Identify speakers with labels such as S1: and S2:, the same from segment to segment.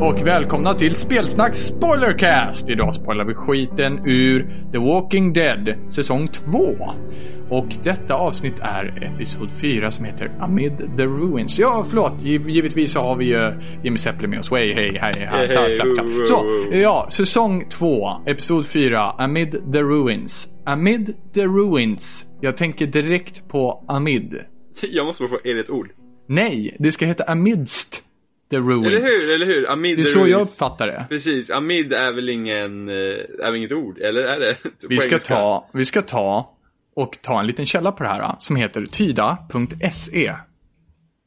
S1: och välkomna till Spelsnacks Spoilercast! Idag spoilar vi skiten ur The Walking Dead säsong 2. Och detta avsnitt är episod 4 som heter Amid the Ruins. Ja, förlåt, giv- givetvis så har vi ju Jimmy Seppler med oss. Hej, hej, hej, hej,
S2: Hej, hej,
S1: klapp, klapp, klapp.
S2: wow, wow,
S1: Så,
S2: wow.
S1: ja, säsong 2, episod 4, Amid the Ruins. Amid the Ruins. Jag tänker direkt på Amid.
S2: Jag måste bara få in ett ord.
S1: Nej, det ska heta Amidst the Ruins.
S2: Eller hur, eller hur? Amid
S1: Det är
S2: the
S1: så jag
S2: ruins.
S1: uppfattar det.
S2: Precis, amid är väl ingen, eh, är väl inget ord, eller är det? På
S1: Vi ska,
S2: engelska.
S1: ta, vi ska ta och ta en liten källa på det här som heter tyda.se.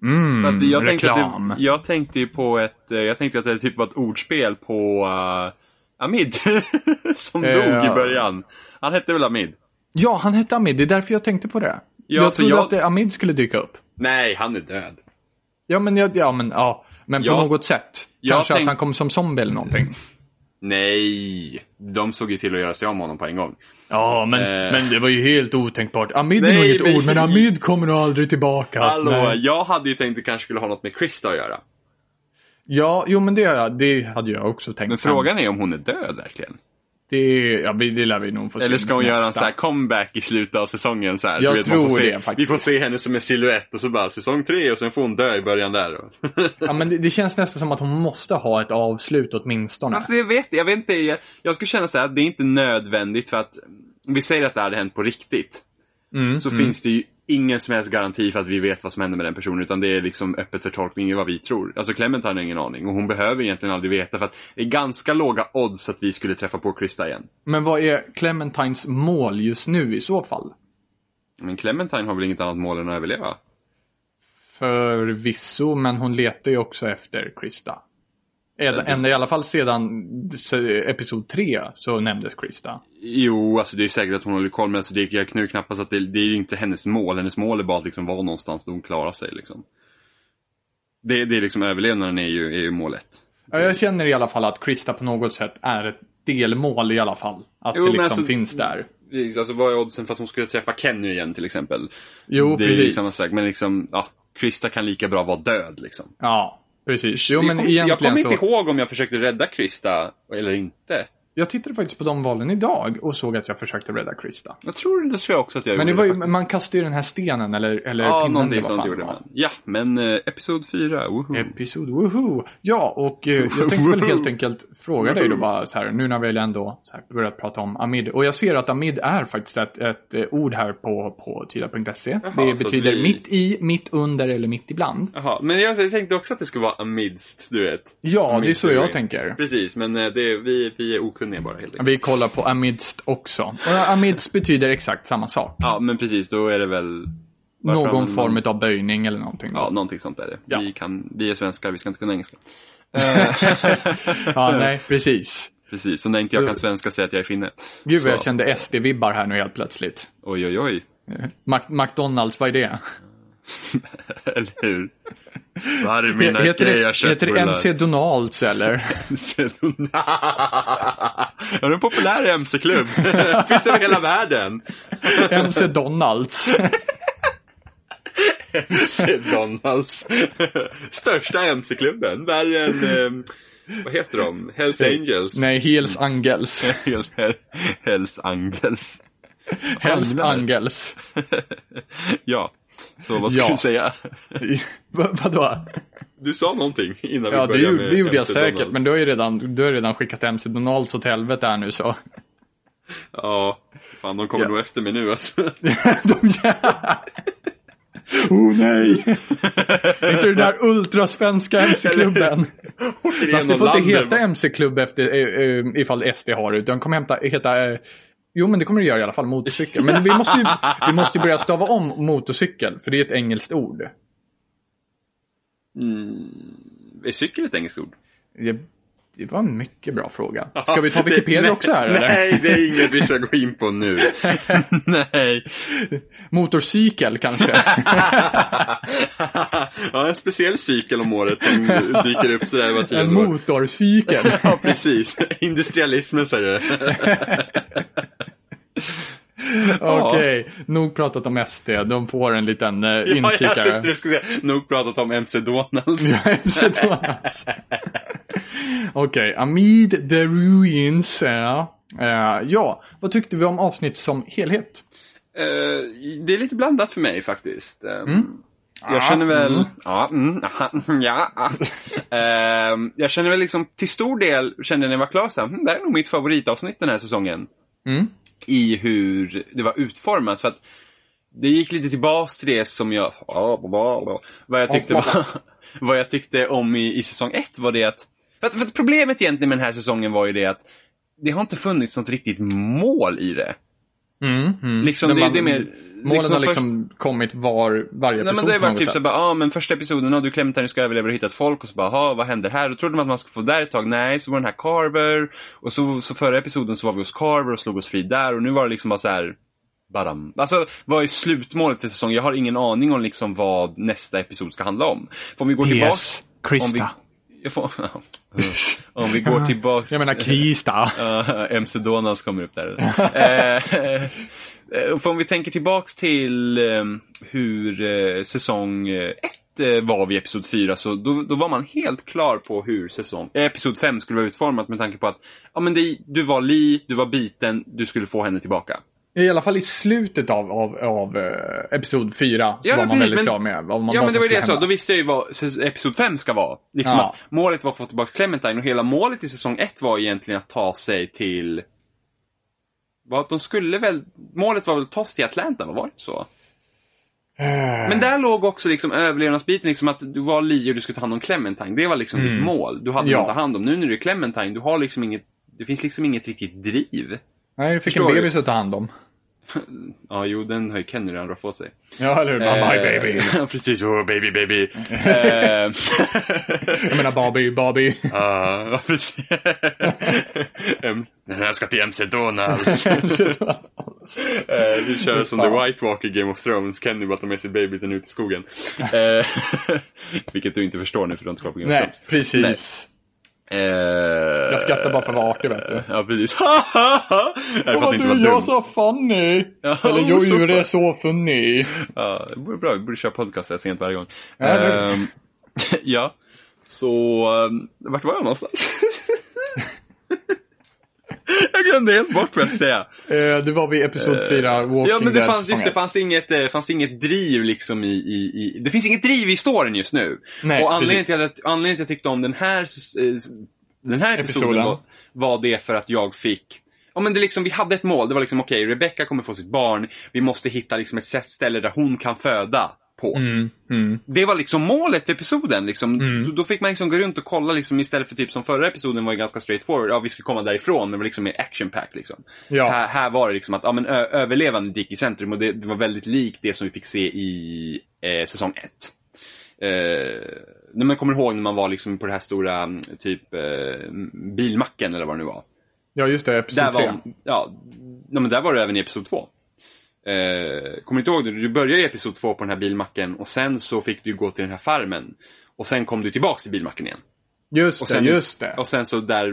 S2: För
S1: Mm,
S2: att jag tänkte att
S1: reklam.
S2: Det, jag tänkte ju på ett, eh, jag tänkte att det typ var ett ordspel på eh, Amid. som
S1: Eh,
S2: dog
S1: ja.
S2: i början. Han hette väl Amid?
S1: Ja, han hette Amid. Det är därför jag tänkte på det. jag
S2: så
S1: trodde
S2: jag-
S1: att det, Amid skulle dyka upp.
S2: Nej, han är död.
S1: Ja, men, jag, ja, men, ja, men på
S2: Jag-
S1: något sätt.
S2: jag
S1: Kanske att
S2: tänk-
S1: han kom som zombie eller någonting.
S2: Nej, de såg ju till att göra sig av med honom på en gång.
S1: Ja, men,
S2: Eh.
S1: men det var ju helt otänkbart. Amid är
S2: Nej,
S1: nog inget
S2: men-
S1: ord, men Amid kommer nog aldrig tillbaka. alltså,
S2: Hallå,
S1: nej.
S2: jag hade ju tänkt att det kanske skulle ha något med Krista att göra.
S1: Ja, jo men det, har jag- det hade jag också tänkt.
S2: Men frågan är om hon är död verkligen.
S1: Det, ja, vi- det lär vi nog få se
S2: Eller ska hon göra en
S1: nästa.
S2: sån här comeback i slutet av säsongen? Så här.
S1: Jag
S2: man får
S1: tror
S2: se,
S1: det,
S2: Vi
S1: faktiskt.
S2: får se henne som en silhuett och så bara säsong tre och sen får hon dö i början där.
S1: Ja, men det, det känns nästan som att hon måste ha ett avslut åtminstone.
S2: alltså jag vet, jag vet inte, jag, jag skulle känna så här att det är inte nödvändigt för att om vi säger att det hade hänt på riktigt.
S1: Mm,
S2: Så
S1: mm.
S2: finns det ju ingen som helst garanti för att vi vet vad som händer med den personen utan det är liksom öppet för tolkning i vad vi tror. Alltså Clement har ingen aning och hon behöver egentligen aldrig veta för att det är ganska låga odds att vi skulle träffa på Krista igen.
S1: Men vad är Clementines mål just nu i så fall?
S2: Men Clementine har väl inget annat mål än att överleva?
S1: Förvisso, men hon letar ju också efter Krista. Eller- Ända i alla fall sedan se- episod 3 så nämndes Krista.
S2: Jo, alltså det är säkert att hon håller koll men alltså det, jag knur knappast att det, det är ju inte hennes mål. Hennes mål är bara att liksom vara någonstans där hon klarar sig liksom. Det, det är liksom överlevnaden är ju, är ju målet.
S1: Ja, jag känner i alla fall att Krista på något sätt är ett delmål i alla fall. Att
S2: Jo,
S1: det
S2: men
S1: liksom
S2: alltså-
S1: finns där.
S2: Alltså vad är oddsen för att hon skulle träffa Ken nu igen till exempel?
S1: Jo,
S2: det är ju
S1: precis.
S2: samma sak, men liksom, ja. Krista kan lika bra vara död liksom.
S1: Ja, precis. Jo,
S2: jag
S1: men
S2: kommer, jag
S1: egentligen
S2: kommer
S1: så.
S2: inte ihåg om jag försökte rädda Krista eller inte.
S1: Jag tittade faktiskt på de valen idag och såg att jag försökte rädda Krista.
S2: Jag tror det tror jag också att jag
S1: Men det
S2: gjorde
S1: var ju,
S2: faktiskt.
S1: man kastade ju den här stenen eller, eller
S2: Ja,
S1: pinnen.
S2: någonting
S1: det var
S2: sånt
S1: fan
S2: gjorde
S1: det var.
S2: man. Mm. Ja, men eh, episod 4, woho.
S1: Episod, woho! Ja, och eh, jag tänkte väl
S2: Woho!
S1: helt enkelt fråga dig då
S2: Woho!
S1: bara så här, nu när vi väl ändå så här, börjat prata om Amid. Och jag ser att Amid är faktiskt ett, ett eh, ord här på, på tyda.se.
S2: Jaha, så
S1: Det
S2: att
S1: betyder
S2: vi-
S1: mitt i, mitt under eller mitt ibland.
S2: Jaha, men jag jag tänkte också att det skulle vara amidst, du vet.
S1: Ja, det är
S2: Amid
S1: så jag
S2: Ruins.
S1: tänker.
S2: Precis, men eh, det, är- vi, vi är okunniga bara helt enkelt.
S1: Vi kollar på Amidst också. Och Amidst betyder exakt samma sak.
S2: Ja, men precis, då är det väl... varför
S1: Någon
S2: använder man-
S1: form av böjning eller någonting.
S2: Ja, någonting sånt är det.
S1: Ja.
S2: Vi, kan, vi är svenskar, vi ska inte kunna engelska.
S1: ja, nej, precis.
S2: Precis, så när inte jag kan svenska säga att Eh. jag är finne.
S1: Gud vad jag
S2: Så.
S1: kände SD-vibbar här nu helt plötsligt.
S2: Oj, oj, oj.
S1: Mac- McDonalds, vad är det?
S2: Eller hur? Var är mina
S1: heter
S2: grejer
S1: det, heter det
S2: köttbullar?
S1: MC Donalds eller?
S2: MC Donalds. Ja, det är en populär MC-klubb. Finns över hela världen.
S1: MC Donalds.
S2: Sid Donalds. Största MC-klubben. Värre än, eh, vad heter de? Hells Angels. Mm.
S1: Nej, Hells Angels.
S2: Hells, Hells Angels.
S1: Hells
S2: Agnar.
S1: Angels.
S2: Ja, så vad ska
S1: Ja.
S2: du säga?
S1: Va- Vadå?
S2: Du sa någonting innan
S1: Ja, det,
S2: vi började
S1: ju-
S2: med
S1: det gjorde jag
S2: MC
S1: säkert,
S2: Donalds.
S1: men du har ju redan, du har redan skickat MC Donalds åt helvete här nu så.
S2: Ja, fan de kommer
S1: Ja.
S2: nog efter mig nu alltså.
S1: De jävla... Oh nej! Inte den där ultrasvenska MC-klubben.
S2: Åker
S1: Fast det
S2: igenom
S1: får inte
S2: landet.
S1: heta MC-klubb efter, eh, eh, ifall SD har det. Den kommer hämta, heta, eh, jo men det kommer det göra i alla fall, motorcykel. Men vi måste ju, vi måste ju börja stava om motorcykel, för det är ett engelskt ord.
S2: Mm, Är cykel ett engelskt ord?
S1: Det, det var en mycket bra fråga. Ska vi ta Wikipedia
S2: Nej,
S1: också här eller?
S2: Nej, det är inget vi ska gå in på nu. nej.
S1: Motorcykel kanske?
S2: ja, en speciell cykel om året som dyker upp sådär var
S1: en
S2: tionde år.
S1: motorcykel?
S2: Ja, precis. Industrialismen säger du.
S1: Okej, nog pratat om SD. De får en liten eh,
S2: Ja, jag tänkte
S1: inkikare.
S2: du skulle säga, nog pratat om MC Donald.
S1: MC Donalds. Okej, Amid the Ruins. Ja. Eh, ja, vad tyckte vi om avsnitt som helhet?
S2: Eh, det är lite blandat för mig faktiskt. Eh, Jag känner väl... Ja, mm, aha, mm, ja. ah. Eh, jag känner väl liksom till stor del, kände när jag var klar så här, hm, det här är nog mitt favoritavsnitt den här säsongen.
S1: Mm.
S2: I hur det var utformat. För att det gick lite tillbaks till det som jag... Vad jag tyckte, var, vad jag tyckte om i, i säsong ett var det att... För att, för att problemet egentligen med den här säsongen var ju det att det har inte funnits något riktigt mål i det.
S1: Mm, mm.
S2: Liksom,
S1: När
S2: det- det är mer-
S1: målen
S2: liksom
S1: har
S2: först-
S1: liksom kommit var varje
S2: Nej
S1: episod.
S2: men
S1: på
S2: det var
S1: något
S2: typ
S1: sätt.
S2: så bara, ja men första episoden, ja, du klämtar, du ska överleva och hitta ett folk och så bara, aha, vad händer här? Då trodde man att man skulle få där ett tag, nej, så var den här Carver och så, så förra episoden så var vi hos Carver och slog oss fri där och nu var det liksom bara så här Badam. Alltså vad är slutmålet för säsongen? Jag har ingen aning om liksom vad nästa episod ska handla om. För om vi går tillbaks...
S1: PS,
S2: Om vi,
S1: Krista.
S2: jag får, om vi går tillbaks...
S1: Jag menar Krista.
S2: Ja, MC Eh, Donalds kommer upp där. Eh, eh, För om vi tänker tillbaks till eh, hur eh, säsong 1 var vid episod 4 så då, då var man helt klar på hur säsong, eh, episod 5 skulle vara utformat med tanke på att ja, men det, du var Li, du var biten, du skulle få henne tillbaka.
S1: I alla fall i slutet av, av, av eh, episod 4 så
S2: Ja,
S1: var
S2: men
S1: man
S2: precis,
S1: väldigt
S2: men-
S1: klar med vad man
S2: Ja
S1: vad
S2: men det
S1: som
S2: var ju det
S1: skulle
S2: jag sa, då
S1: hända.
S2: visste jag ju vad säs- episod 5 ska vara. Liksom
S1: Ja.
S2: att målet var att få tillbaka Clementine och hela målet i säsong 1 var egentligen att ta sig till... Vad, de skulle väl... Målet var väl att ta sig till Atlanta, vad var det inte så?
S1: Eh,
S2: Men där låg också liksom överlevnadsbiten, liksom att du var Lee och du skulle ta hand om Clementine. Det var liksom ditt mål. Du hade
S1: Mm. Ja.
S2: någon att ta hand om. Nu när du är Clementine, du har liksom inget... Det finns liksom inget riktigt driv.
S1: Nej, du fick en
S2: Förstår du?
S1: bebis att ta hand om.
S2: Ja, jo, den har ju Kenny redan rofft på sig.
S1: Ja, eller hur? Mamma,
S2: Eh,
S1: my baby.
S2: Precis, oh, baby, baby. eh,
S1: Jag menar Barbie, Barbie.
S2: Ja, precis. Em, Den här ska till MC Donalds. Eh, Vi kör som The
S1: Fan.
S2: White Walker i Game of Thrones. Kenny bara tar med sig babysen ut i skogen. Eh, Vilket du inte förstår nu för du har inte kollat på Game of
S1: Nej,
S2: Thrones.
S1: precis.
S2: Eh,
S1: Jag skrattar bara för att vara artig, vet du.
S2: Ja, precis. Nej, jag fattar inte vad dum.
S1: så funny!
S2: Ja, Eller, jo, så Jure är
S1: så funny.
S2: Ja, det vore bra. Vi borde köra podcast så här sent varje gång.
S1: Ja, det borde
S2: Ehm, ja. Så, ehm, vart var jag någonstans? jag glömde helt bort vad jag skulle säga.
S1: du Eh, var vid episod 4, Walking
S2: Eh, Ja, men det
S1: Dead
S2: fanns, just det
S1: säsongen.
S2: fanns inget, eh, fanns inget driv liksom i, i, i... Det finns inget driv i storyn just nu.
S1: Nej,
S2: och anledningen
S1: precis.
S2: till, att, anledningen till att jag tyckte om den här, s- eh, s- den här episoden,
S1: Episoden.
S2: Var, var det för att jag fick Ja men det är liksom, vi hade ett mål. Det var liksom okej, Rebecca kommer få sitt barn. Vi måste hitta liksom ett sätt, ställe där hon kan föda på.
S1: Mm, mm.
S2: Det var liksom målet för episoden. Liksom.
S1: Mm.
S2: Då- Då fick man liksom gå runt och kolla liksom, istället för typ som förra episoden var ju ganska straightforward. Ja, vi skulle komma därifrån, men det var liksom mer action-pack. Liksom.
S1: Ja.
S2: Här, här var det liksom att ja, men, ö- överlevande gick i centrum och det, det var väldigt likt det som vi fick se i eh, säsong 1. Eh, när man kommer ihåg när man var liksom på det här stora mm, typ eh, bilmacken eller vad det nu var.
S1: Ja, just det. Episod
S2: Där
S1: 3.
S2: var, ja, ja, men där var det även i episod 2. Eh, kommer du inte ihåg det? Du började i episod 2 på den här bilmacken och sen så fick du gå till den här farmen. Och sen kom du tillbaks till bilmacken igen.
S1: Just
S2: Och
S1: det,
S2: sen,
S1: just det.
S2: Och sen så där,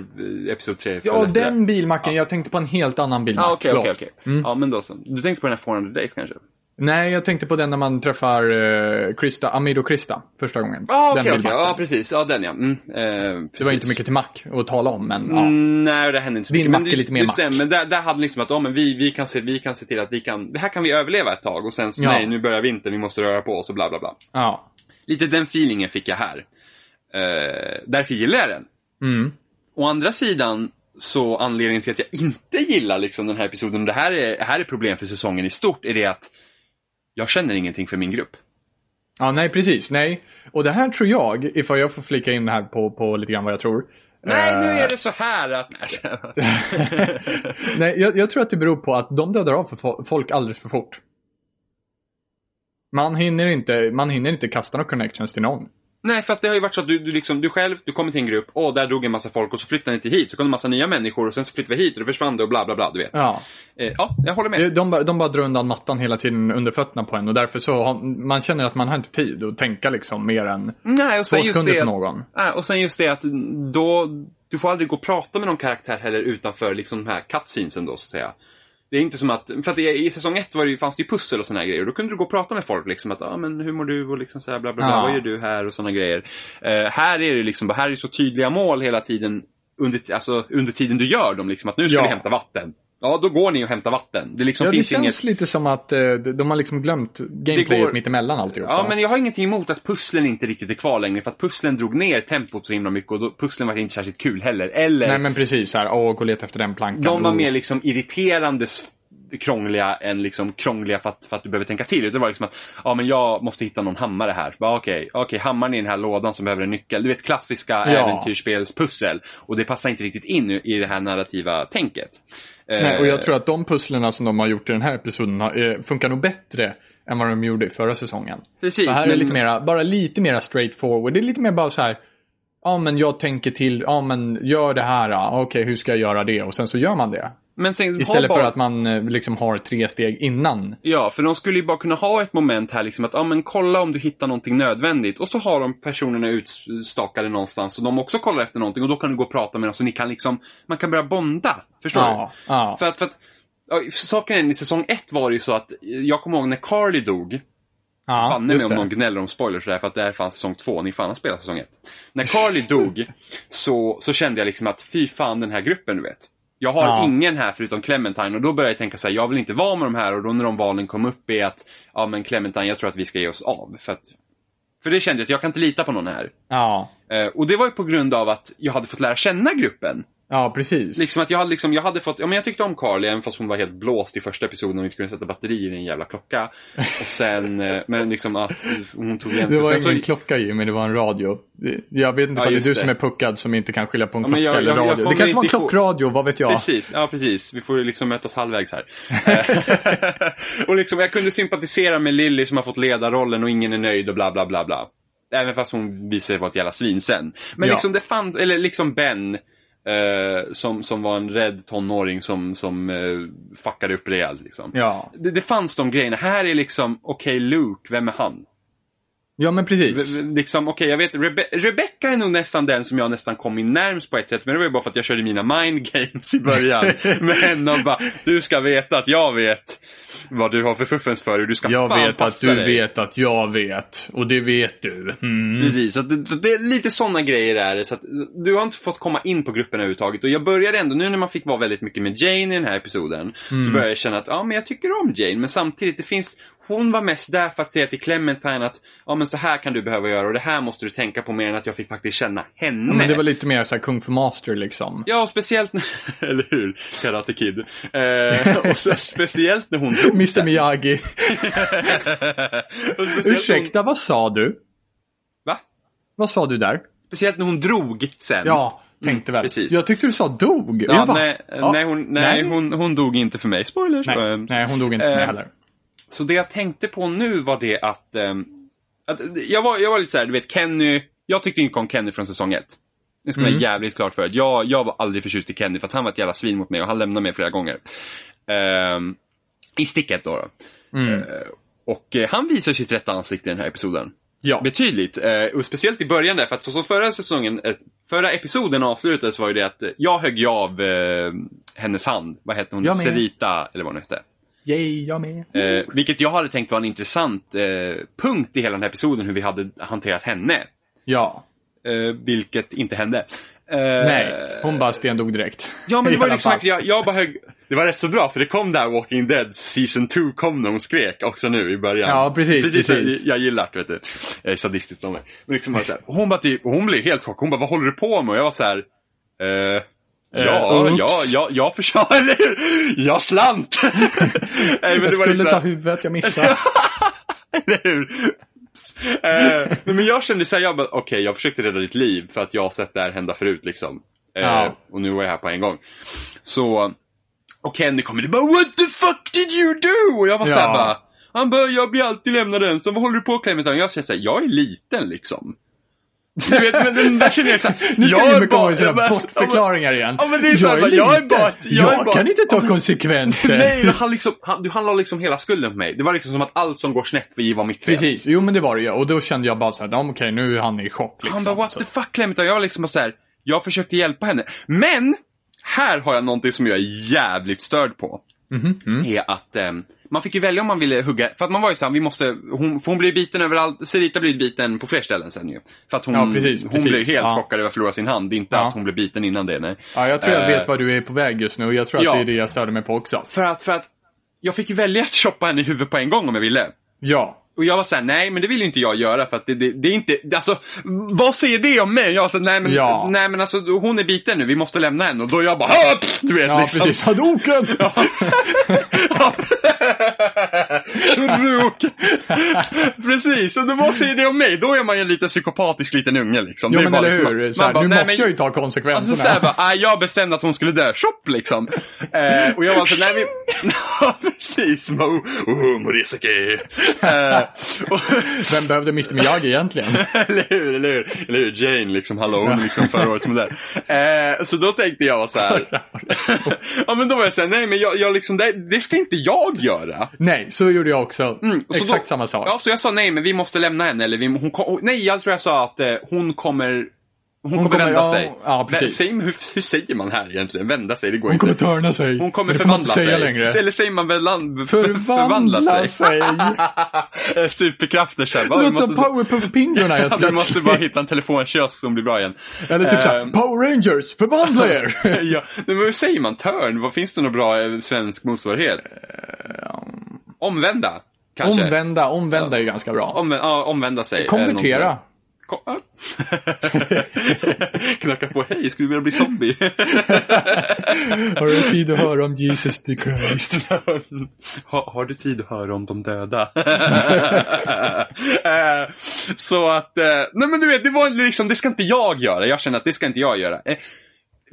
S2: eh, episod 3.
S1: Ja, den bilmacken. Jag tänkte på en helt annan bilmack.
S2: Ja, Ah, okej,
S1: Förlåt. Mm.
S2: okej, okej. Ja, men då så. Du tänkte på den här 400 days kanske?
S1: Nej, jag tänkte på den när man träffar uh, Krista, Amid och Krista första gången.
S2: Ja, Ah, okej,
S1: den
S2: okej.
S1: bilmacken.
S2: Ja, precis. Ja, den ja. Mm, eh,
S1: Det var inte mycket till mack att tala om, men ja.
S2: Mm, nej, det hände inte så
S1: Din
S2: mycket.
S1: mack är
S2: just-
S1: lite mer
S2: just det,
S1: mack.
S2: men där, där hade liksom att, ja men vi, vi, kan se, vi kan se till att vi kan, det här kan vi överleva ett tag och sen så,
S1: Ja.
S2: nej nu börjar vintern, vi måste röra på oss och bla bla bla.
S1: ja.
S2: Lite den feelingen fick jag här. Eh, därför gillar jag den.
S1: Mm.
S2: Å andra sidan, så anledningen till att jag inte gillar liksom den här episoden, och det här är, här är problem för säsongen i stort, är det att jag känner ingenting för min grupp.
S1: Ja, nej precis. Nej. Och det här tror jag, ifall jag får flika in här på, på lite grann vad jag tror.
S2: Nej,
S1: Eh,
S2: nu är det så här att...
S1: Eh, nej jag, jag tror att det beror på att de dödar av för fo- folk alldeles för fort. Man hinner inte, man hinner inte kasta några connections till någon.
S2: Nej, för att det har ju varit så att du, du, liksom, du själv, du kommer till en grupp, och där dog en massa folk och så flyttade ni till hit, så kom det en massa nya människor och sen så flyttade vi hit och då försvann det och bla bla bla, du vet.
S1: Ja.
S2: Eh, ja, jag håller med.
S1: De, de, bara- de bara drar undan mattan hela tiden under fötterna på en och därför så har, man känner att man har inte tid att tänka liksom mer än
S2: Nej, och
S1: två
S2: sen just
S1: sekunder
S2: det
S1: på
S2: att
S1: någon.
S2: Nej, och sen just det att då, du får aldrig gå och prata med någon karaktär heller utanför liksom de här cutscenesen då så att säga. Det Det är inte som att, för att i, i säsong ett var det, ju- fanns det ju pussel och såna här grejer. Då kunde du gå och prata med folk liksom att, ah, men hur mår du och liksom så här, bla bla bla,
S1: Ja.
S2: vad gör du här och såna grejer. Eh, här är det liksom, bara- här är det så tydliga mål hela tiden under, alltså, under tiden du gör dem liksom, att nu ska
S1: Ja.
S2: vi hämta vatten. Ja, då går ni och hämtar vatten. Det liksom
S1: ja, det
S2: finns
S1: känns
S2: inget...
S1: lite som att eh, de de har liksom glömt gameplayet
S2: går-
S1: mittemellan alltihopa.
S2: Ja, men jag har ingenting emot att pusslen inte riktigt är kvar längre, för att pusslen drog ner tempot så himla mycket och då, pusslen var inte särskilt kul heller. Eller,
S1: Nej men precis, så här, åh, gå och leta efter den plankan.
S2: de var
S1: Oh.
S2: mer liksom irriterande s- krångliga än liksom krångliga för att, för att du behöver tänka till. Det var liksom att, ja men jag måste hitta någon hammare här. Bara, Okej, okej, hammaren är i den här lådan som behöver en nyckel. Du vet klassiska äventyrsspelspussel. Och det passar inte riktigt in i- i det här narrativa tänket.
S1: Nej, och
S2: Eh,
S1: jag tror att de pusslerna som de har gjort i den här episoden har, eh, funkar nog bättre än vad de gjorde i förra säsongen.
S2: Precis,
S1: det här är
S2: men-
S1: lite mera, bara lite mera straightforward. Det är lite mer bara så här, ja men jag tänker till, ja men gör det här, ja. okej hur ska jag göra det? Och sen så gör man det.
S2: men sen,
S1: Istället
S2: ha
S1: för
S2: bara-
S1: att man eh, liksom har tre steg innan.
S2: Ja, för de skulle ju bara kunna ha ett moment här liksom att, ja men kolla om du hittar någonting nödvändigt. Och så har de personerna utstakade någonstans och de också kollar efter någonting och då kan du gå och prata med dem så ni kan liksom, man kan börja bonda. Förstår
S1: Ja,
S2: du?
S1: ja.
S2: För att, för att ja, saken är, i säsong ett var det ju så att, eh, jag kommer ihåg när Carly dog,
S1: ja
S2: banne mig
S1: just
S2: om någon
S1: det.
S2: gnäller om spoilers där, för att det här fanns säsong två, ni fan har spelat säsong ett. När Carly dog, så, så kände jag liksom att fy fan den här gruppen du vet. Jag har
S1: Ja.
S2: ingen här förutom Clementine och då började jag tänka så här, jag vill inte vara med de här och då när de valen kom upp är att, ja men Clementine jag tror att vi ska ge oss av. För, att, för det kände jag att jag kan inte lita på någon här.
S1: Ja,
S2: Eh, och det var ju på grund av att jag hade fått lära känna gruppen.
S1: ja precis.
S2: Liksom att jag hade, liksom, jag hade fått, ja men jag tyckte om Carly även fast hon var helt blåst i första episoden och inte kunde sätta batterier i en jävla klocka. Och sen, eh, men liksom att hon tog igen
S1: Det
S2: sig.
S1: var
S2: Sen så-
S1: ingen klocka ju, men det var en radio. Jag vet inte
S2: Ja,
S1: om det är
S2: just
S1: du
S2: det.
S1: som är puckad som inte kan skilja på en
S2: Ja, men
S1: klocka
S2: jag-
S1: eller
S2: jag- jag
S1: radio.
S2: kommer
S1: det kanske var en
S2: inte ihåg.
S1: klockradio, vad vet jag?
S2: Precis, ja precis. Vi får ju liksom mötas halvvägs här. och liksom, jag kunde sympatisera med Lilly som har fått ledarrollen och ingen är nöjd och bla bla bla bla. Även fast hon visar sig vara ett jävla svin sen. Men
S1: Ja.
S2: liksom det fanns, eller liksom Ben. eh, som, som var en rädd tonåring som, som eh, fuckade upp rejält liksom.
S1: Ja.
S2: Det, det fanns de grejerna. Här är liksom, okej Luke, vem är han?
S1: ja, men precis.
S2: V- v- Liksom, okej, jag vet, Rebe- Rebecca är nog nästan den som jag nästan kom in närmst på ett sätt, men det var ju bara för att jag körde mina mind games i början. med henne och bara, du ska veta att jag vet vad du har för fuffens för dig, du ska
S1: Jag
S2: fan
S1: vet att
S2: passa
S1: du
S2: dig.
S1: vet att jag vet. Och det vet du. Mm.
S2: Precis, så att det, det är lite sådana grejer är det. Så att du har inte fått komma in på gruppen överhuvudtaget. Och jag började ändå, nu när man fick vara väldigt mycket med Jane i den här episoden,
S1: Mm.
S2: så började jag känna att ja, men jag tycker om Jane. Men samtidigt, det finns, hon var mest där för att säga till Clementine att ja, men så här kan du behöva göra och det här måste du tänka på mer än att jag fick faktiskt känna henne.
S1: Men det var lite mer så här kung för master liksom.
S2: Ja, och speciellt när, eller hur? Karate Kid. Eh, och så, speciellt när hon dog.
S1: Mr Miyagi.
S2: Och speciellt när hon-
S1: Ursäkta, vad sa du?
S2: Va?
S1: Vad sa du där?
S2: Speciellt när hon drog sen.
S1: Ja, tänkte väl.
S2: precis.
S1: Jag tyckte du sa dog.
S2: Ja,
S1: Jag bara,
S2: nej,
S1: ja,
S2: nej, hon, nej, Hon, hon dog inte för mig. Spoilers.
S1: nej,
S2: Ehm,
S1: nej, hon dog inte för mig
S2: eh,
S1: heller.
S2: Så det jag tänkte på nu var det att, ehm, att jag, var, jag var lite såhär, du vet Kenny, jag tyckte inte om Kenny från säsong ett. Det ska
S1: Mm.
S2: vara jävligt klart för att jag, jag var aldrig förtjust i Kenny för att han var ett jävla svin mot mig och han lämnade mig flera gånger. Ehm, I sticket då. då.
S1: Mm.
S2: Och eh, han visar sitt rätta ansikte i den här episoden.
S1: Ja.
S2: Betydligt. Eh, och speciellt i början där, för att så som förra säsongen, eh, förra episoden avslutades var ju det att eh, jag högg ju av eh, hennes hand. Vad hette hon?
S1: Jag med.
S2: Serita, eller vad hon hette.
S1: Yay, jag med.
S2: Eh, vilket jag hade tänkt var en intressant eh, punkt i hela den här episoden, hur vi hade hanterat henne.
S1: Ja.
S2: Eh, vilket inte hände. Eh,
S1: Nej, hon bara sten dog direkt.
S2: Ja men
S1: I
S2: det var
S1: alla
S2: liksom
S1: fall.
S2: att jag, jag bara högg... Det var rätt så bra för det kom där Walking Dead Season 2 kom när hon skrek också nu i början.
S1: Ja, precis, precis.
S2: Jag, jag gillar det vet du. Jag är sadistisk av mig. Men liksom bara så här, hon bara typ, hon blev helt chockad. Hon bara, vad håller du på med? Och jag var så här. Eh, Ja,
S1: oops.
S2: ja, ja, jag försvann, eller hur? Jag slant! Nej, men
S1: Jag
S2: det var
S1: skulle
S2: lite så
S1: ta
S2: här-
S1: huvudet, jag missade.
S2: eller hur? Ups. Eh, nej, men jag kände såhär, jag bara, okej jag försökte rädda ditt liv för att jag har sett det här hända förut liksom. Eh,
S1: Ja.
S2: Och nu var jag här på en gång. Så, och Kenny kommer det bara, what the fuck did you do? Och jag var såhär
S1: Ja.
S2: bara, han bara, jag blir alltid lämnad ensam, vad håller du på Clementine? Jag känner såhär, jag är liten liksom. Du vet, men den där känner jag såhär,
S1: Nu ska
S2: jag
S1: Jimmy
S2: är
S1: komma
S2: bara-
S1: med sina
S2: jag bara-
S1: bortförklaringar igen.
S2: Ja, men det är så här, bara, jag är
S1: liten.
S2: bara ett- jag
S1: jag
S2: är bara-
S1: kan inte ta konsekvenser.
S2: Nej, men han liksom, han, du, han la liksom hela skulden på mig. Det var liksom som att allt som går snett för Jiv var mitt fel.
S1: Precis, jo men det var det ju. Och då kände jag bara såhär, ja, men okej nu är han i chock liksom.
S2: Han bara what
S1: Så-
S2: the fuck Clement? Och jag liksom bara så här, jag försökte hjälpa henne. Men! Här har jag någonting som jag är jävligt störd på.
S1: Mhm. Mm.
S2: är att eh, man fick ju välja om man ville hugga, för att man var ju såhär, vi måste, hon, för hon blir biten överallt, Serita blir biten på fler ställen sen ju. För att hon,
S1: Ja, precis,
S2: hon
S1: precis.
S2: blir helt
S1: Ja.
S2: chockad över att förlora sin hand, det är inte
S1: Ja.
S2: att hon blev biten innan det. Nej.
S1: Ja, jag tror jag
S2: Eh.
S1: vet var du är på väg just nu och jag tror att
S2: Ja.
S1: det är det jag störde mig på också.
S2: För att, för att jag fick ju välja att choppa henne i huvudet på en gång om jag ville.
S1: Ja.
S2: Och jag var såhär, nej men det vill ju inte jag göra för att det, det, det är inte, alltså vad säger det om mig? Jag var såhär, nej men,
S1: Ja.
S2: nej men alltså hon är biten nu, vi måste lämna henne. Och då jag bara, "Ah, pff", du vet
S1: Ja,
S2: liksom.
S1: precis. Hadoken!
S2: Ruk. Precis, och då vad säger det om mig? Då är man ju en liten psykopatisk liten unge liksom.
S1: Jo
S2: Det är
S1: men
S2: bara
S1: eller
S2: liksom-
S1: hur?
S2: man
S1: Så här,
S2: bara,
S1: nu
S2: nej,
S1: måste
S2: men-
S1: jag ju ta
S2: Alltså såhär
S1: konsekvenserna.
S2: bara, ah, jag bestämde att hon skulle dö, tjopp liksom. Eh, och jag var så nej vi... Ja precis, bara, oh, oh, Morisaki. Eh, och-
S1: Vem behövde Mr Miyagi egentligen?
S2: eller hur, eller hur? Eller hur? Jane liksom, hallå, hon är liksom förra årets modell. Eh, så då tänkte jag så här. ja men då var jag såhär, nej men jag, jag liksom, det, det ska inte jag göra.
S1: Nej, så gjorde jag också.
S2: Mm, och så
S1: Exakt
S2: då-
S1: samma sak.
S2: Ja, så jag sa nej, men vi måste lämna henne. Eller vi, hon kom, nej, jag tror jag sa att eh, hon kommer... Hon, kommer
S1: kommer-
S2: vända
S1: ja,
S2: sig.
S1: ja, precis.
S2: Säg, hur, hur säger man här egentligen? Vända sig, det går
S1: Hon
S2: inte.
S1: kommer törna sig.
S2: hon kommer
S1: Men det får man
S2: förvandla
S1: inte säga
S2: sig.
S1: längre.
S2: Eller säger man förvandla,
S1: Förvandla
S2: förvandla sig?
S1: sig!
S2: Superkrafter så här. Va,
S1: Det
S2: vi
S1: låter som
S2: måste,
S1: Powerpuff Pingorna helt
S2: vi måste bara
S1: plötsligt.
S2: hitta en telefonkiosk som blir bra igen.
S1: Eller typ såhär,
S2: Ehm.
S1: Power Rangers, förvandla er!
S2: ja, men hur säger man törn? Vad Finns det någon bra eh, svensk motsvarighet? Eh, Omvända, kanske?
S1: Omvända, omvända är ju ganska bra.
S2: Omvä- ja, omvända sig. eh,
S1: Konvertera.
S2: Kom- ah. Knacka på, hej, skulle du vilja bli zombie?
S1: Har du tid att höra om Jesus the Christ?
S2: har, har du tid att höra om de döda? Eh, så att, eh, nej men du vet, det var liksom, det ska inte jag göra. Jag känner att det ska inte jag göra. Eh,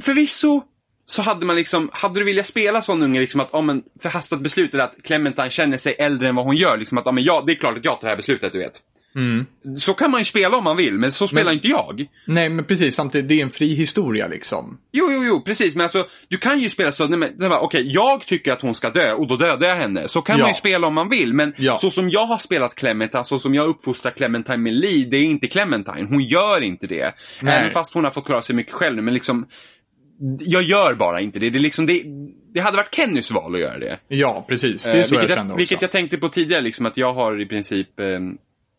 S2: förvisso så hade man liksom, hade du velat spela sån unge liksom att, om men förhastat beslut eller att Clementine känner sig äldre än vad hon gör. Liksom att, ja men jag, det är klart att jag tar det här beslutet, du vet.
S1: Mm.
S2: Så kan man ju spela om man vill, men så spelar inte jag.
S1: Nej men precis, samtidigt, det är en fri historia liksom.
S2: Jo, jo, jo, precis. Men alltså, du kan ju spela så, nej, men, det var, okej, jag tycker att hon ska dö och då dödar jag henne. Så kan
S1: Ja.
S2: man ju spela om man vill, men
S1: Ja.
S2: så som jag har spelat Clementine, så som jag uppfostrar Clementine med Lee, det är inte Clementine. Hon gör inte det.
S1: Nej.
S2: Även fast hon har fått klara sig mycket själv nu, men liksom, jag gör bara inte det. Det, är liksom, det, det hade varit Kennys val att göra det.
S1: Ja, precis. Det är
S2: Eh,
S1: så jag
S2: vilket,
S1: känner
S2: jag, vilket
S1: också.
S2: jag tänkte på tidigare, liksom, att jag har i princip, eh,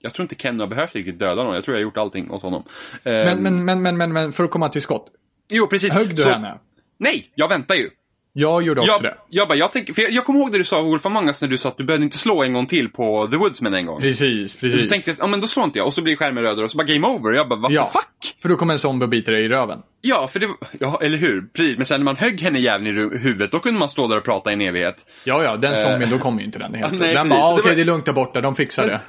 S2: jag tror inte Kenny har behövt riktigt döda någon. Jag tror jag har gjort allting åt honom. Eh,
S1: Men, men, men, men, men, men för att komma till skott.
S2: jo, precis.
S1: Högg du
S2: Så-
S1: henne?
S2: Nej, jag väntar ju.
S1: Jag gjorde också
S2: jag,
S1: det.
S2: Jag, bara, jag, tänker, för jag, jag kommer ihåg det du sa Wolf Among Us när du sa att du behövde inte slå en gång till på The Woodsman en gång.
S1: Precis,
S2: Så
S1: precis.
S2: tänkte jag, ja men då slår inte jag. Och så blir skärmen röd och så bara game over. Och jag bara, vad
S1: Ja.
S2: fuck?
S1: För då kommer en zombie och biter dig i röven.
S2: Ja, för det var- ja, eller hur? Precis. Men sen när man högg henne i jäveln i ru- huvudet, då kunde man stå där och prata i en evighet.
S1: Ja, ja, den zombien, då kommer ju inte den helt
S2: Eh. nej,
S1: Den bara,
S2: precis.
S1: ah,
S2: Det
S1: okej
S2: var-
S1: det är lugnt där borta, de fixar det.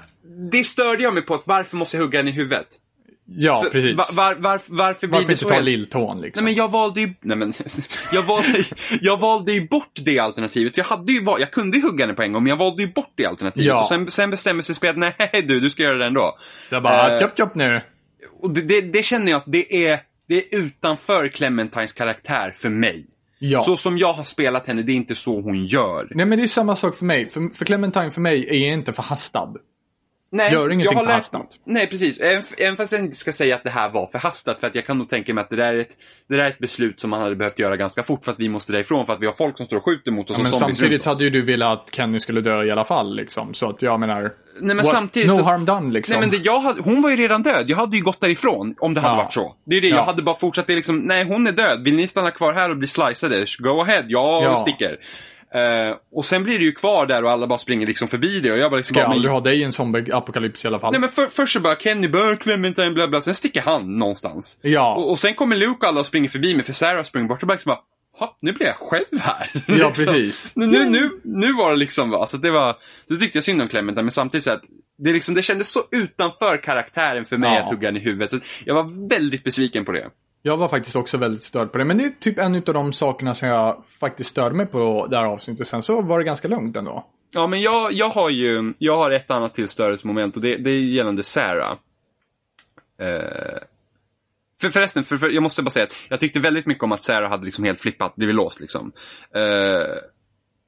S2: Det störde jag mig på, att varför måste jag hugga henne i huvudet?
S1: Ja,
S2: För-
S1: precis.
S2: va- var, var, varför blir
S1: Varför
S2: det
S1: inte
S2: så?
S1: ta
S2: helt-
S1: lilltån
S2: Nej
S1: liksom?
S2: men jag valde ju, nej men, jag valde, jag valde ju bort det alternativet. Jag hade ju val, jag kunde ju hugga henne på en gång, men jag valde ju bort det alternativet.
S1: Ja.
S2: Och sen, sen bestämmer sig spelet, nej du, du ska göra det ändå.
S1: Jag bara,
S2: eh,
S1: tjopp tjopp nu.
S2: Och det, det, det känner jag att det är, det är utanför Clementines karaktär för mig.
S1: Ja.
S2: Så som jag har spelat henne, det är inte så hon gör.
S1: Nej men det är samma sak för mig. För, för Clementine för mig är inte förhastad.
S2: Nej,
S1: Gör ingenting
S2: jag har lärt,
S1: förhastat.
S2: Nej, precis. Även, även fast jag inte ska säga att det här var förhastat, för att jag kan nog tänka mig att det där är ett, det där är ett beslut som man hade behövt göra ganska fort, för att vi måste därifrån, för att vi har folk som står och skjuter mot oss
S1: Men
S2: och zombies runt
S1: samtidigt
S2: oss.
S1: så hade ju du velat att Kenny skulle dö i alla fall liksom. Så att jag menar.
S2: Nej, men
S1: what-
S2: samtidigt
S1: No
S2: så-
S1: harm done liksom.
S2: Nej men det jag hade, hon var ju redan död. Jag hade ju gått därifrån om det hade
S1: Ja.
S2: varit så. Det är det,
S1: Ja.
S2: jag hade bara fortsatt. Det är liksom, nej hon är död. Vill ni stanna kvar här och bli sliceade? Go ahead, jag
S1: Ja.
S2: sticker. Eh, och sen blir det ju kvar där och alla bara springer liksom förbi det och jag bara liksom...
S1: Ska jag
S2: bara, men-
S1: aldrig ha dig i en zombie-apokalyps i alla fall.
S2: Nej men för, först så bara Kenny Burke, Clementine, bla bla. Sen sticker han någonstans.
S1: Ja.
S2: Och, och sen kommer Luke och alla och springer förbi mig för Sarah springer bort och bara liksom bara, "Ha, nu blir jag själv här.
S1: Ja, precis.
S2: Nu, nu, nu, nu var det liksom, va, så att det var, så tyckte jag synd om Clementine men samtidigt så att det, liksom, det kändes så utanför karaktären för mig
S1: Ja.
S2: att hugga henne i huvudet. Så att jag var väldigt besviken på det.
S1: Jag var faktiskt också väldigt störd på det. Men det är typ en av de sakerna som jag faktiskt störde mig på det här avsnittet. Sen så var det ganska lugnt ändå.
S2: Ja men jag, jag har ju, jag har ett annat tillstörelsemoment och det, det är gällande Sarah. Eh, för förresten, för, för, jag måste bara säga att jag tyckte väldigt mycket om att Sarah hade liksom helt flippat, blivit låst liksom. Eh,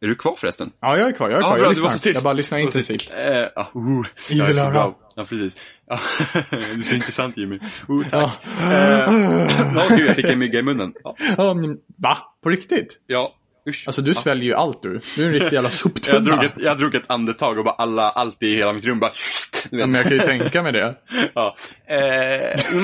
S2: är du kvar förresten?
S1: Ja, jag är kvar. Jag är kvar.
S2: Ja,
S1: jag
S2: bra, du var så
S1: lyssnar.
S2: tyst.
S1: Jag bara lyssnar
S2: Och så-
S1: intensivt.
S2: Eh, ja, oh,
S1: Idel
S2: jag är så
S1: öra.
S2: bra. Ja, precis. Ja, du är så intressant Jimmy. Oh, tack. Ja. Eh, ja, gud, jag fick en mygga i munnen. Ja.
S1: Ja, men, va? På riktigt?
S2: ja. Usch.
S1: Alltså du sväljer ju allt du. Du är en riktig jävla soptunna.
S2: jag, drog ett, jag drog ett andetag och bara alla, allt i hela mitt rum bara... du
S1: Ja,
S2: vet.
S1: men jag kan ju tänka mig det.
S2: ja. Eh, men-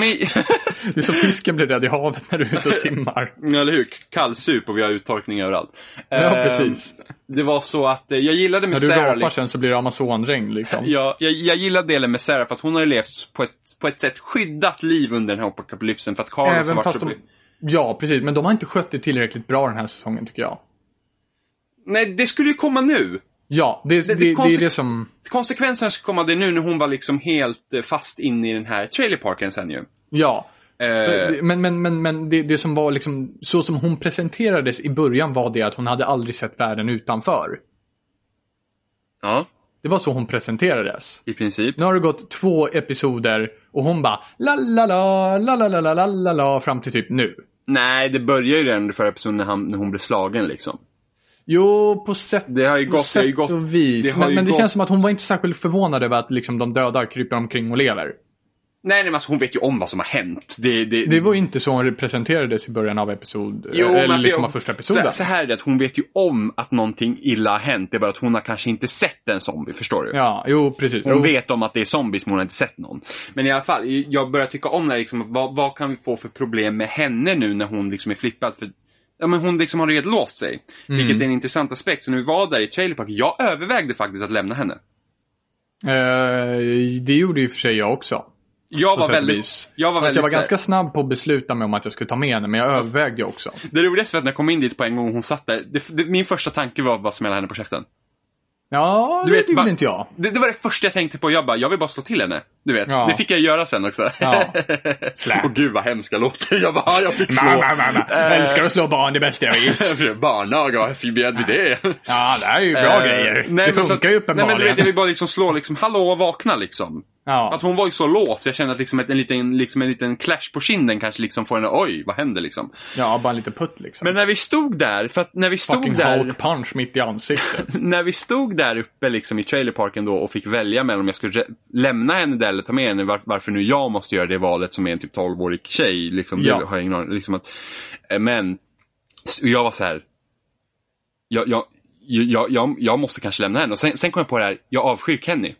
S1: Det är som fisken blir rädd i havet när du är ute och simmar.
S2: Ja, eller hur? Kallsup och vi har uttorkning överallt.
S1: Ja,
S2: Eh,
S1: precis.
S2: Det var så att eh, jag gillade med
S1: När du
S2: Sarah.
S1: rapar
S2: Liksom.
S1: sen så blir det amazonregn liksom.
S2: Jag, jag, jag gillade delen med Sarah för att hon har ju levt på ett, på ett sätt skyddat liv under den här apokalypsen. För att Carlos har
S1: Även
S2: varit
S1: fast
S2: så...
S1: de... Ja, precis. Men de har inte skött det tillräckligt bra den här säsongen tycker jag.
S2: Nej, det skulle ju komma nu.
S1: Ja, det, det,
S2: det är
S1: det, är
S2: konstigt-
S1: det som...
S2: Konsekvenserna skulle komma det nu när hon var liksom helt eh, fast inne i den här trailerparken sen ju.
S1: Ja.
S2: Eh,
S1: Men, men, men, men det, det som var liksom, så som hon presenterades i början var det att hon hade aldrig sett världen utanför.
S2: ja,
S1: Det var så hon presenterades.
S2: i princip.
S1: Nu har det gått två episoder och hon bara la la la, la la la la la la la fram till typ nu.
S2: Nej, det börjar ju redan i förra episoden när, han, när hon blev slagen liksom.
S1: Jo, på sätt,
S2: Det har ju
S1: på
S2: gått- det har
S1: sätt
S2: ju gått-
S1: och vis.
S2: det har
S1: men
S2: ju
S1: men det
S2: gått-
S1: känns som att hon var inte särskilt förvånad över att liksom, de döda kryper omkring och lever.
S2: Nej, nej men alltså, hon vet ju om vad som har hänt. Det, det,
S1: Det var ju inte så hon presenterades i början av episod,
S2: Jo,
S1: eller
S2: men alltså,
S1: liksom
S2: jag-
S1: av första episoden.
S2: Så, så här är det, att hon vet ju om att någonting illa har hänt. Det är bara att hon har kanske inte sett en zombie, förstår du?
S1: Ja, jo precis.
S2: Hon
S1: Jo.
S2: vet om att det är zombies men hon har inte sett någon. Men i alla fall, jag börjar tycka om det här, liksom, vad, vad kan vi få för problem med henne nu när hon liksom är flippad? För, ja, men hon liksom har redan låst sig.
S1: Mm.
S2: Vilket är en intressant aspekt. Så när vi var där i Trailer Park, jag övervägde faktiskt att lämna henne.
S1: Eh, det gjorde ju för sig jag också.
S2: Jag
S1: På
S2: var
S1: sätt och
S2: väldigt...
S1: vis.
S2: Jag var
S1: Fast
S2: väldigt
S1: jag var
S2: så här-
S1: ganska snabb på att besluta mig om att jag skulle ta med henne, men jag övervägde också.
S2: Det roligaste var att när jag kom in dit på en gång och hon satt där, det, det, min första tanke var att bara smälla henne på käften.
S1: Ja,
S2: Du
S1: det
S2: vet,
S1: gjorde
S2: va-
S1: inte jag.
S2: Det, det var det första jag tänkte på. Jag bara, jag vill bara slå till henne. Du vet,
S1: Ja.
S2: det fick jag göra sen också.
S1: Ja.
S2: Åh gud vad hemska låter. Jag bara, ja, jag fick slå. Eh,
S1: Älskar att slå barn, det bästa jag vet.
S2: för Barnaga, varför förbjöd vi det?
S1: Ja, det här är ju bra
S2: Eh,
S1: grejer.
S2: nej,
S1: det
S2: men så
S1: funkar ju
S2: att- Nej men du
S1: uppenbarligen.
S2: vet, jag vill bara liksom slå liksom, hallå vakna liksom.
S1: ja.
S2: Att hon var ju så låst, jag kände att liksom ett, en, liten, liksom en liten clash på kinden kanske liksom får henne, oj vad händer liksom.
S1: ja, bara lite putt liksom.
S2: Men när vi stod där, för att när vi stod
S1: Fucking
S2: där.
S1: Hulk punch mitt i ansiktet.
S2: när vi stod där uppe liksom i trailerparken då och fick välja mellan om jag skulle re- lämna henne där eller ta med henne. Var, varför nu jag måste göra det valet som är en typ 12-årig tjej. Liksom,
S1: Ja.
S2: det har jag ingen aning, liksom att, eh, men s- och jag var så här. Jag, jag, jag, jag, jag måste kanske lämna henne. Och sen, sen kom jag på det här, jag avskyr Kenny.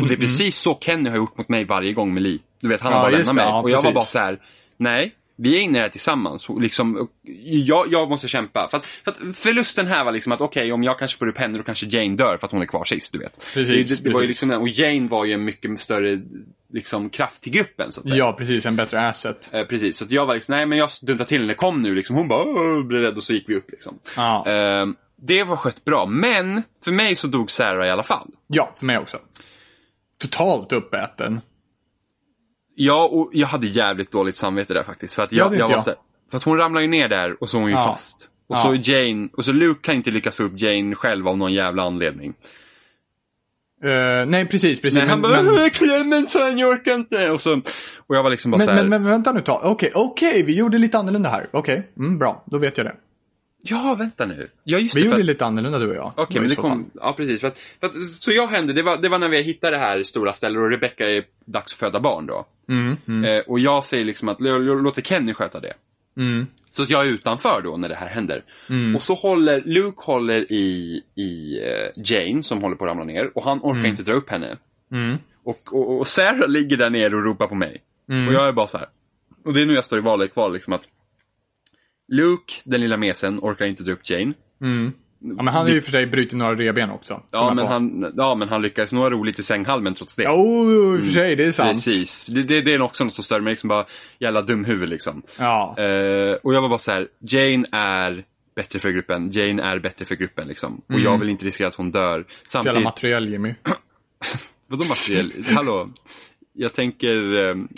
S2: Och det är precis så Kenny har gjort mot mig varje gång med Li. Du vet, han
S1: Mhm. Ja,
S2: har bara
S1: just
S2: lämnat
S1: det.
S2: mig.
S1: Ja,
S2: och jag var
S1: precis.
S2: bara så här, nej. Vi är inne i det här tillsammans. Och liksom, och jag, jag måste kämpa. För att, för att förlusten här var liksom att okej, om jag kanske får upp henne då kanske Jane dör för att hon är kvar sist, du vet.
S1: Precis,
S2: det, det, det var ju
S1: precis.
S2: liksom den, och Jane var ju en mycket större liksom, kraft till gruppen, så att säga.
S1: ja, precis. En bättre asset.
S2: Eh, precis, så att jag var liksom, nej men jag duntade till henne, kom nu liksom. Hon bara, "Åh", blev rädd och så gick vi upp liksom.
S1: Ja,
S2: Eh, det var skött bra, men för mig så dog Sarah i alla fall.
S1: ja för mig också. Totalt uppäten.
S2: Ja, och jag hade jävligt dåligt samvete där faktiskt. För att,
S1: Ja,
S2: jag,
S1: det
S2: jag
S1: inte
S2: var
S1: jag.
S2: Så här, för att hon ramlar ju ner där och så är hon ju
S1: Ja.
S2: fast. Och
S1: Ja.
S2: så är Jane, och så Luke kan inte lyckas få upp Jane själv av någon jävla anledning.
S1: Eh, nej, precis. precis.
S2: Men, han bara "Åh, Clementine, jag orkar inte. Och, så, och jag var liksom bara
S1: Men,
S2: så här,
S1: men, men vänta nu ett tag. Okej, okej, vi gjorde lite annorlunda här. Okej, mm, bra. Då vet jag det.
S2: ja vänta nu. Ja just
S1: Vi
S2: det. för
S1: gjorde
S2: att-
S1: lite annorlunda du och jag.
S2: Okej,
S1: Då
S2: men
S1: i
S2: det
S1: så fall.
S2: kom, ja precis. För att, för att, så jag hände, det var, det var när vi hittade det här stora stället och Rebecca är dags att föda barn då.
S1: Mm, mm,
S2: Eh, och jag säger liksom att jag, jag låter Kenny sköta det.
S1: mm.
S2: Så att jag är utanför då när det här händer.
S1: Mm.
S2: Och så håller Luke håller i, i eh, Jane som håller på att ramla ner och han orkar inte dra upp henne.
S1: Mm.
S2: Och, och, och Sarah ligger där nere och ropar på mig.
S1: Mm.
S2: Och jag är bara så här. Och det är nu jag står i valet kvar liksom att Luke, den lilla mesen, orkar inte dra upp Jane.
S1: Mm. Ja, men han har ju i och för sig brutit några revben också. kom
S2: Ja
S1: jag
S2: men,
S1: på.
S2: han, ja men han lyckas nå roligt i sänghalmen trots det.
S1: Ja, oh, i och för sig, det är sant.
S2: Precis. Det, det, det är också något som stör mig, liksom bara jävla dumhuvud liksom.
S1: Ja.
S2: Eh, och jag var bara så här: Jane är bättre för gruppen, Jane är bättre för gruppen liksom. Och jag vill inte riskera att hon dör.
S1: Mm. Så jävla
S2: Samtidigt,
S1: materiell Jimmy.
S2: vadå materiell? Hallå? Jag tänker, ehm,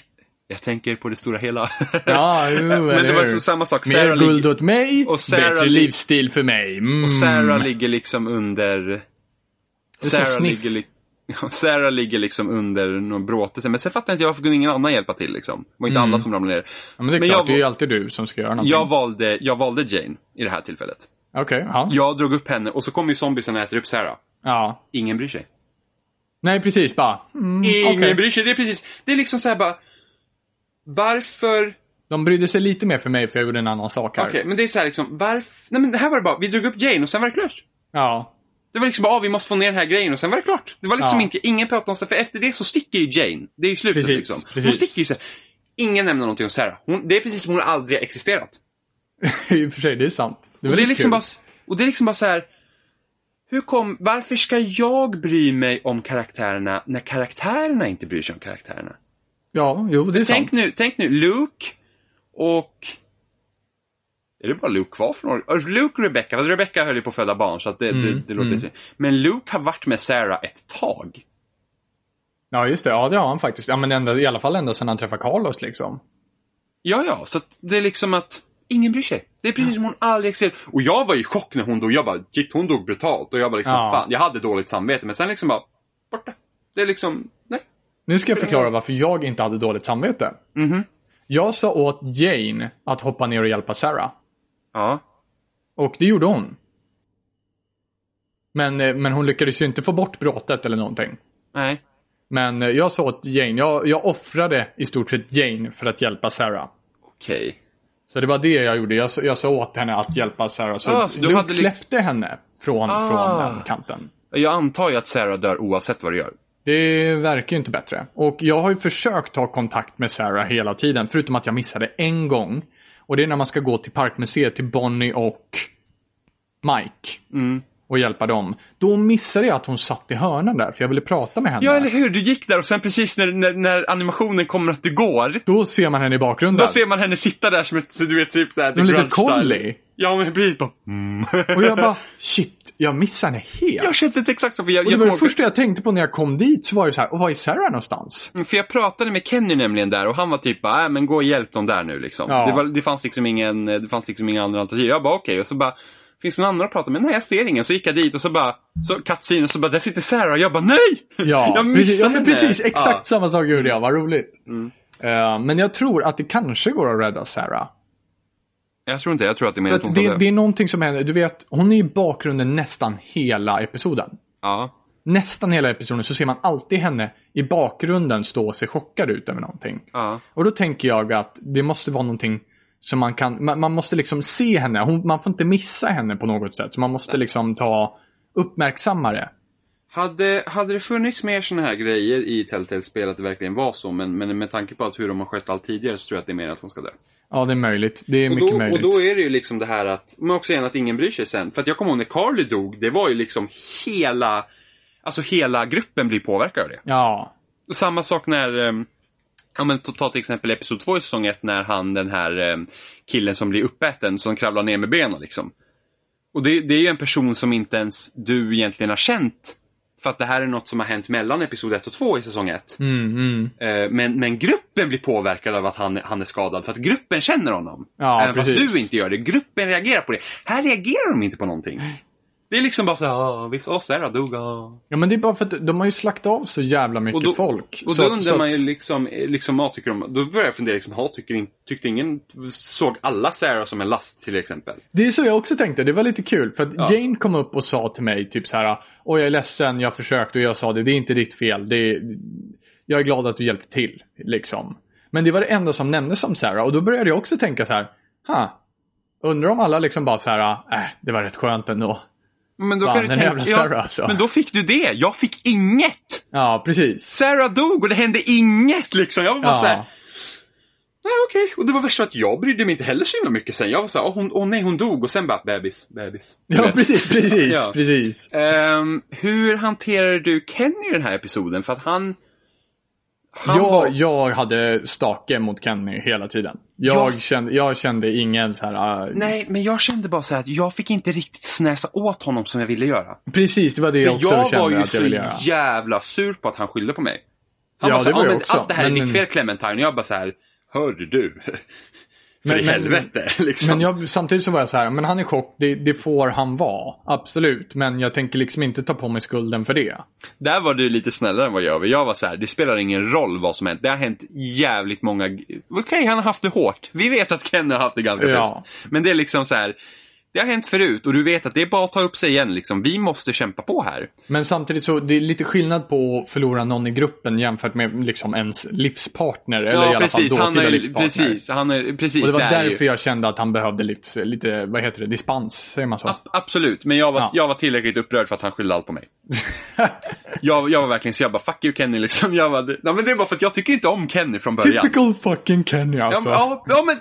S2: jag tänker på det stora hela.
S1: Ja, jo,
S2: Men det
S1: eller
S2: var
S1: hur?
S2: liksom samma sak.
S1: Mer
S2: Sarah,
S1: guld
S2: ligger,
S1: åt mig,
S2: och Sarah
S1: bättre
S2: lig-
S1: livsstil för mig. Mm.
S2: och Sarah ligger liksom under...
S1: är som
S2: Sarah
S1: Sniff.
S2: ligger, li- Sarah ligger liksom under någon bråte. Men sen fattar jag inte varför kunde ingen annan hjälpa till liksom. Det var inte alla som ramlade ner.
S1: ja, men det är
S2: men
S1: klart,
S2: jag-
S1: det är ju alltid du som ska göra Mm. någonting.
S2: Jag valde, jag valde Jane i det här tillfället.
S1: Okej, ja.
S2: Jag drog upp henne och så kommer ju zombiesen och äter upp Sarah.
S1: ja.
S2: Ingen bryr sig.
S1: Nej, precis, bara. Mm,
S2: Ingen
S1: okej.
S2: bryr sig. Det är precis, det är liksom såhär bara. Varför
S1: De brydde sig lite mer för mig för jag gjorde en annan sak här.
S2: Okej, men det är så här liksom, varför? Nej men det här var det bara, vi drog upp Jane och sen var det klart.
S1: Ja.
S2: Det var liksom bara, ah, vi måste få ner den här grejen och sen var det klart. Det var liksom
S1: Ja.
S2: inte, ingen pratade om sig, för efter det så sticker ju Jane. Det är ju slutet
S1: Precis,
S2: liksom. Hon
S1: precis.
S2: sticker ju så här. Ingen nämner någonting om Sarah. Hon, det är precis som hon aldrig har existerat.
S1: I och för sig, det är sant. Det var
S2: Och det, är
S1: lite
S2: liksom
S1: kul.
S2: bara, och det är liksom bara så här. Hur kom, varför ska jag bry mig om karaktärerna när karaktärerna inte bryr sig om karaktärerna?
S1: Ja, jo, det är sant.
S2: Tänk nu, tänk nu, Luke och... Är det bara Luke kvar från Oregon? Alltså, Luke och Rebecca, fast Rebecca höll ju på att föda barn så att det, det,
S1: Mm,
S2: det låter
S1: mm.
S2: sig. Men Luke har varit med Sarah ett tag.
S1: Ja, just det. Ja, det har han faktiskt. Ja, men ända, i alla fall ända sedan han träffade Carlos liksom.
S2: Ja, ja, så att det är liksom att ingen bryr sig. Det är precis som hon aldrig existerat. Och jag var i chock när hon dog. Jag bara, shit hon dog brutalt. Och jag bara liksom,
S1: Ja.
S2: fan, jag hade dåligt samvete. Men sen liksom bara, borta. Det är liksom, nej.
S1: Nu ska jag förklara varför jag inte hade dåligt samvete.
S2: Mhm.
S1: Jag sa åt Jane att hoppa ner och hjälpa Sarah.
S2: Ja.
S1: Och det gjorde hon. Men, eh, men hon lyckades ju inte få bort bråtet eller någonting.
S2: Nej.
S1: Men eh, jag sa åt Jane, jag, jag offrade i stort sett Jane för att hjälpa Sarah.
S2: Okej.
S1: Så det var det jag gjorde. Jag, sa- jag sa åt henne att hjälpa Sarah. Så
S2: Ah, så du
S1: Luke
S2: hade liksom-
S1: släppte henne från,
S2: Ah.
S1: från den kanten.
S2: Jag antar ju att Sarah dör oavsett vad du gör.
S1: Det verkar ju inte bättre. Och jag har ju försökt ta kontakt med Sarah hela tiden. Förutom att jag missade en gång. Och det är när man ska gå till Parkmuseet till Bonnie och Mike.
S2: Mm.
S1: Och hjälpa dem. Då missade jag att hon satt i hörnan där. För jag ville prata med henne.
S2: Ja, eller hur? Du gick där och sen precis när, när, när animationen kommer att du går,
S1: Då ser man henne i bakgrunden.
S2: då ser man henne sitta där som ett, så du vet, typ där,
S1: en liten collie.
S2: Ja, men precis bara,
S1: Mm. Och jag bara, shit, jag missade henne helt.
S2: Jag kände inte exakt så, för jag,
S1: Och det
S2: jag
S1: var det
S2: kommer ihåg-
S1: första jag tänkte på när jag kom dit. Så var det så här, och var är Sarah någonstans?
S2: För jag pratade med Kenny nämligen där och han var typ bara, äh, men gå och hjälp dem där nu liksom.
S1: Ja.
S2: Det, var, det fanns liksom ingen, det fanns liksom inga andra alternativ. Jag bara okej, och så bara, finns det någon annan att prata med? Nej, jag ser ingen. Så gick jag dit och så bara, så katsin och så bara, där sitter Sarah. Jag bara, nej!
S1: Ja, precis, ja,
S2: jag missade
S1: men
S2: henne.
S1: precis. Exakt
S2: Ja. Mm.
S1: samma sak gjorde jag, vad roligt. Eh, men jag tror att det kanske går att rädda Sarah.
S2: Jag tror inte, jag tror att det är mer
S1: För
S2: att hon
S1: att
S2: tar
S1: det,
S2: död.
S1: det är någonting som händer, du vet, hon är i bakgrunden nästan hela episoden.
S2: Ja.
S1: Nästan hela episoden så ser man alltid henne i bakgrunden stå och se chockad ut över någonting.
S2: Ja.
S1: Och då tänker jag att det måste vara någonting som man kan, man, man måste liksom se henne, hon, man får inte missa henne på något sätt. Så man måste liksom ta uppmärksammare.
S2: Hade, hade det funnits mer sådana här grejer i Telltale-spel att det verkligen var så, men, men med tanke på att hur de har skött allt tidigare så tror jag att det är mer att hon ska dö.
S1: Ja, det är möjligt. Det är
S2: Och
S1: mycket
S2: då, och
S1: möjligt.
S2: då är det ju liksom det här att, men också igen att ingen bryr sig sen. För att jag kommer ihåg när Carly dog, det var ju liksom hela, alltså hela gruppen blir påverkad av det.
S1: Ja,
S2: Och samma sak när, ehm, ja men ta, ta till exempel episod 2 i säsong 1 när han den här ehm, killen som blir uppäten, som kravlar ner med benen liksom. Och det, det är ju en person som inte ens du egentligen har känt. För att det här är något som har hänt mellan episod 1 och 2 i säsong 1.
S1: mm, mm.
S2: Eh, Men, men gruppen blir påverkad av att han, han är skadad för att gruppen känner honom.
S1: Ja,
S2: Även
S1: precis.
S2: fast du inte gör det. Gruppen reagerar på det. Här reagerar de inte på någonting. Det är liksom bara så här, ah, visst, åh, Sarah dog, ah.
S1: Ja men det är bara för att de har ju slaktat av så jävla mycket
S2: Och då-
S1: folk.
S2: Och
S1: så
S2: då
S1: att-
S2: undrar
S1: så
S2: man
S1: att-
S2: ju liksom, eh, liksom vad tycker de? Då börjar jag fundera, liksom, ha, tycker in, tyckte ingen, såg alla Sarah som en last till exempel?
S1: Det är så jag också tänkte, det var lite kul. För att
S2: Ja.
S1: Jane kom upp och sa till mig typ så här. Åh jag är ledsen, jag försökte och jag sa det, det är inte ditt fel. Det är... Jag är glad att du hjälpte till. Liksom. Men det var det enda som nämndes om Sarah och då började jag också tänka så här. Ha, undrar om alla liksom bara så här. Äh, det var rätt skönt ändå.
S2: Men då
S1: Fan,
S2: kan du
S1: den
S2: tänka-
S1: jävla
S2: ja,
S1: Sarah, alltså.
S2: Men då fick du det! Jag fick inget!
S1: Ja, precis.
S2: Sarah dog och det hände inget liksom. Jag var bara så här,
S1: Ja,
S2: Nej okej, och det var värst att jag brydde mig inte heller så himla mycket sen. Jag var såhär, åh hon, åh, nej hon dog och sen bara bebis, bebis. Du
S1: ja
S2: vet.
S1: precis, precis,
S2: Ja.
S1: precis.
S2: Ehm, hur hanterar du Kenny i den här episoden? För att han... han var-
S1: Jag, jag hade stake mot Kenny hela tiden. Jag,
S2: Jag-
S1: Kände, jag kände ingen så här... äh,
S2: Nej, men jag kände bara så här att jag fick inte riktigt snäsa åt honom som jag ville göra.
S1: Precis, det var det jag också
S2: jag var
S1: kände
S2: ju
S1: att jag
S2: så
S1: ville göra.
S2: jävla sur på att han skyllde på mig. Han
S1: Ja,
S2: bara så
S1: det var
S2: här,
S1: jag
S2: men
S1: också,
S2: allt det här är
S1: men-
S2: ditt fel Clementine. Och jag bara så här, hörde du? För
S1: Men-
S2: i
S1: men-
S2: helvete liksom.
S1: Men jag, samtidigt så var jag så här, men han är chock, det, det får han vara. Absolut, men jag tänker liksom inte ta på mig skulden för det.
S2: Där var du lite snällare än vad jag var. Jag var så här, det spelar ingen roll vad som hänt. Det har hänt jävligt många... Okej, han har haft det hårt. Vi vet att Kenny har haft det ganska
S1: Ja.
S2: tufft. Men det är liksom så här, Det har hänt förut och du vet att det är bara att ta upp sig igen. Liksom. Vi måste kämpa på här.
S1: Men samtidigt så det är lite skillnad på att förlora någon i gruppen jämfört med liksom ens livspartner. eller i alla fall
S2: han
S1: dåtida
S2: är,
S1: livspartner.
S2: precis, han är, precis.
S1: Och det var
S2: där är ju-
S1: därför jag kände att han behövde lite, lite, vad heter det, dispens, säger man så?
S2: Ab- Absolut, men jag var,
S1: Ja.
S2: jag var tillräckligt upprörd för att han skyllde allt på mig. jag, jag var verkligen så jag bara, fuck you Kenny liksom. Jag bara, nej, men det är bara för att jag tycker inte om Kenny från början.
S1: Typical fucking Kenny
S2: Ja,
S1: alltså.
S2: men- ja, ja, men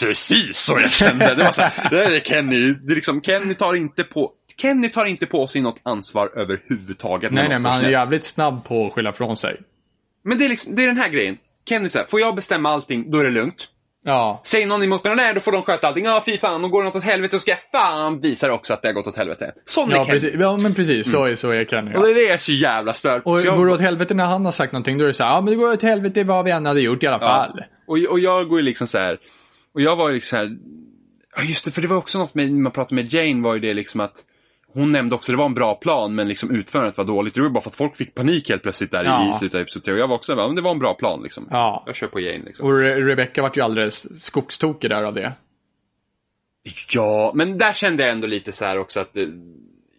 S2: precis så jag kände. Det var så här, det där är Kenny. Det är liksom, Kenny tar inte på Kenny tar inte på sig något ansvar överhuvudtaget.
S1: nej,
S2: när något
S1: nej,
S2: går
S1: men han är
S2: snett.
S1: jävligt snabb på att skylla från sig.
S2: Men det är, liksom, det är den här grejen. Kenny säger, får jag bestämma allting, då är det lugnt.
S1: Ja,
S2: Säger någon emot mig, nej då får de sköta allting. Ja, fy fan, och går det något åt helvete så ska jag fan visa det också att det har gått åt helvete. Sån är
S1: ja,
S2: Kenny.
S1: precis, ja men precis, så är, så är Kenny.
S2: Mm. Och det
S1: Ja.
S2: är det jag är så jävla stör på.
S1: Och
S2: Så jag-
S1: går det åt helvete när han har sagt någonting, då är det så här, ja men det går åt helvete vad vi än hade gjort i alla fall.
S2: Och, och jag går ju liksom så här. Och jag var ju liksom så här. Ja just det, för det var också något med, när man pratade med Jane var ju det liksom att hon nämnde också, det var en bra plan men liksom utförandet var dåligt. Det var ju bara för att folk fick panik helt plötsligt där
S1: Ja.
S2: i, i slutet av episod 3. Och jag var också, ja, men det var en bra plan liksom.
S1: Ja.
S2: Jag kör på Jane liksom.
S1: Och Re- Rebecca vart ju alldeles skogstokig där av det.
S2: Ja, men där kände jag ändå lite så här också att eh,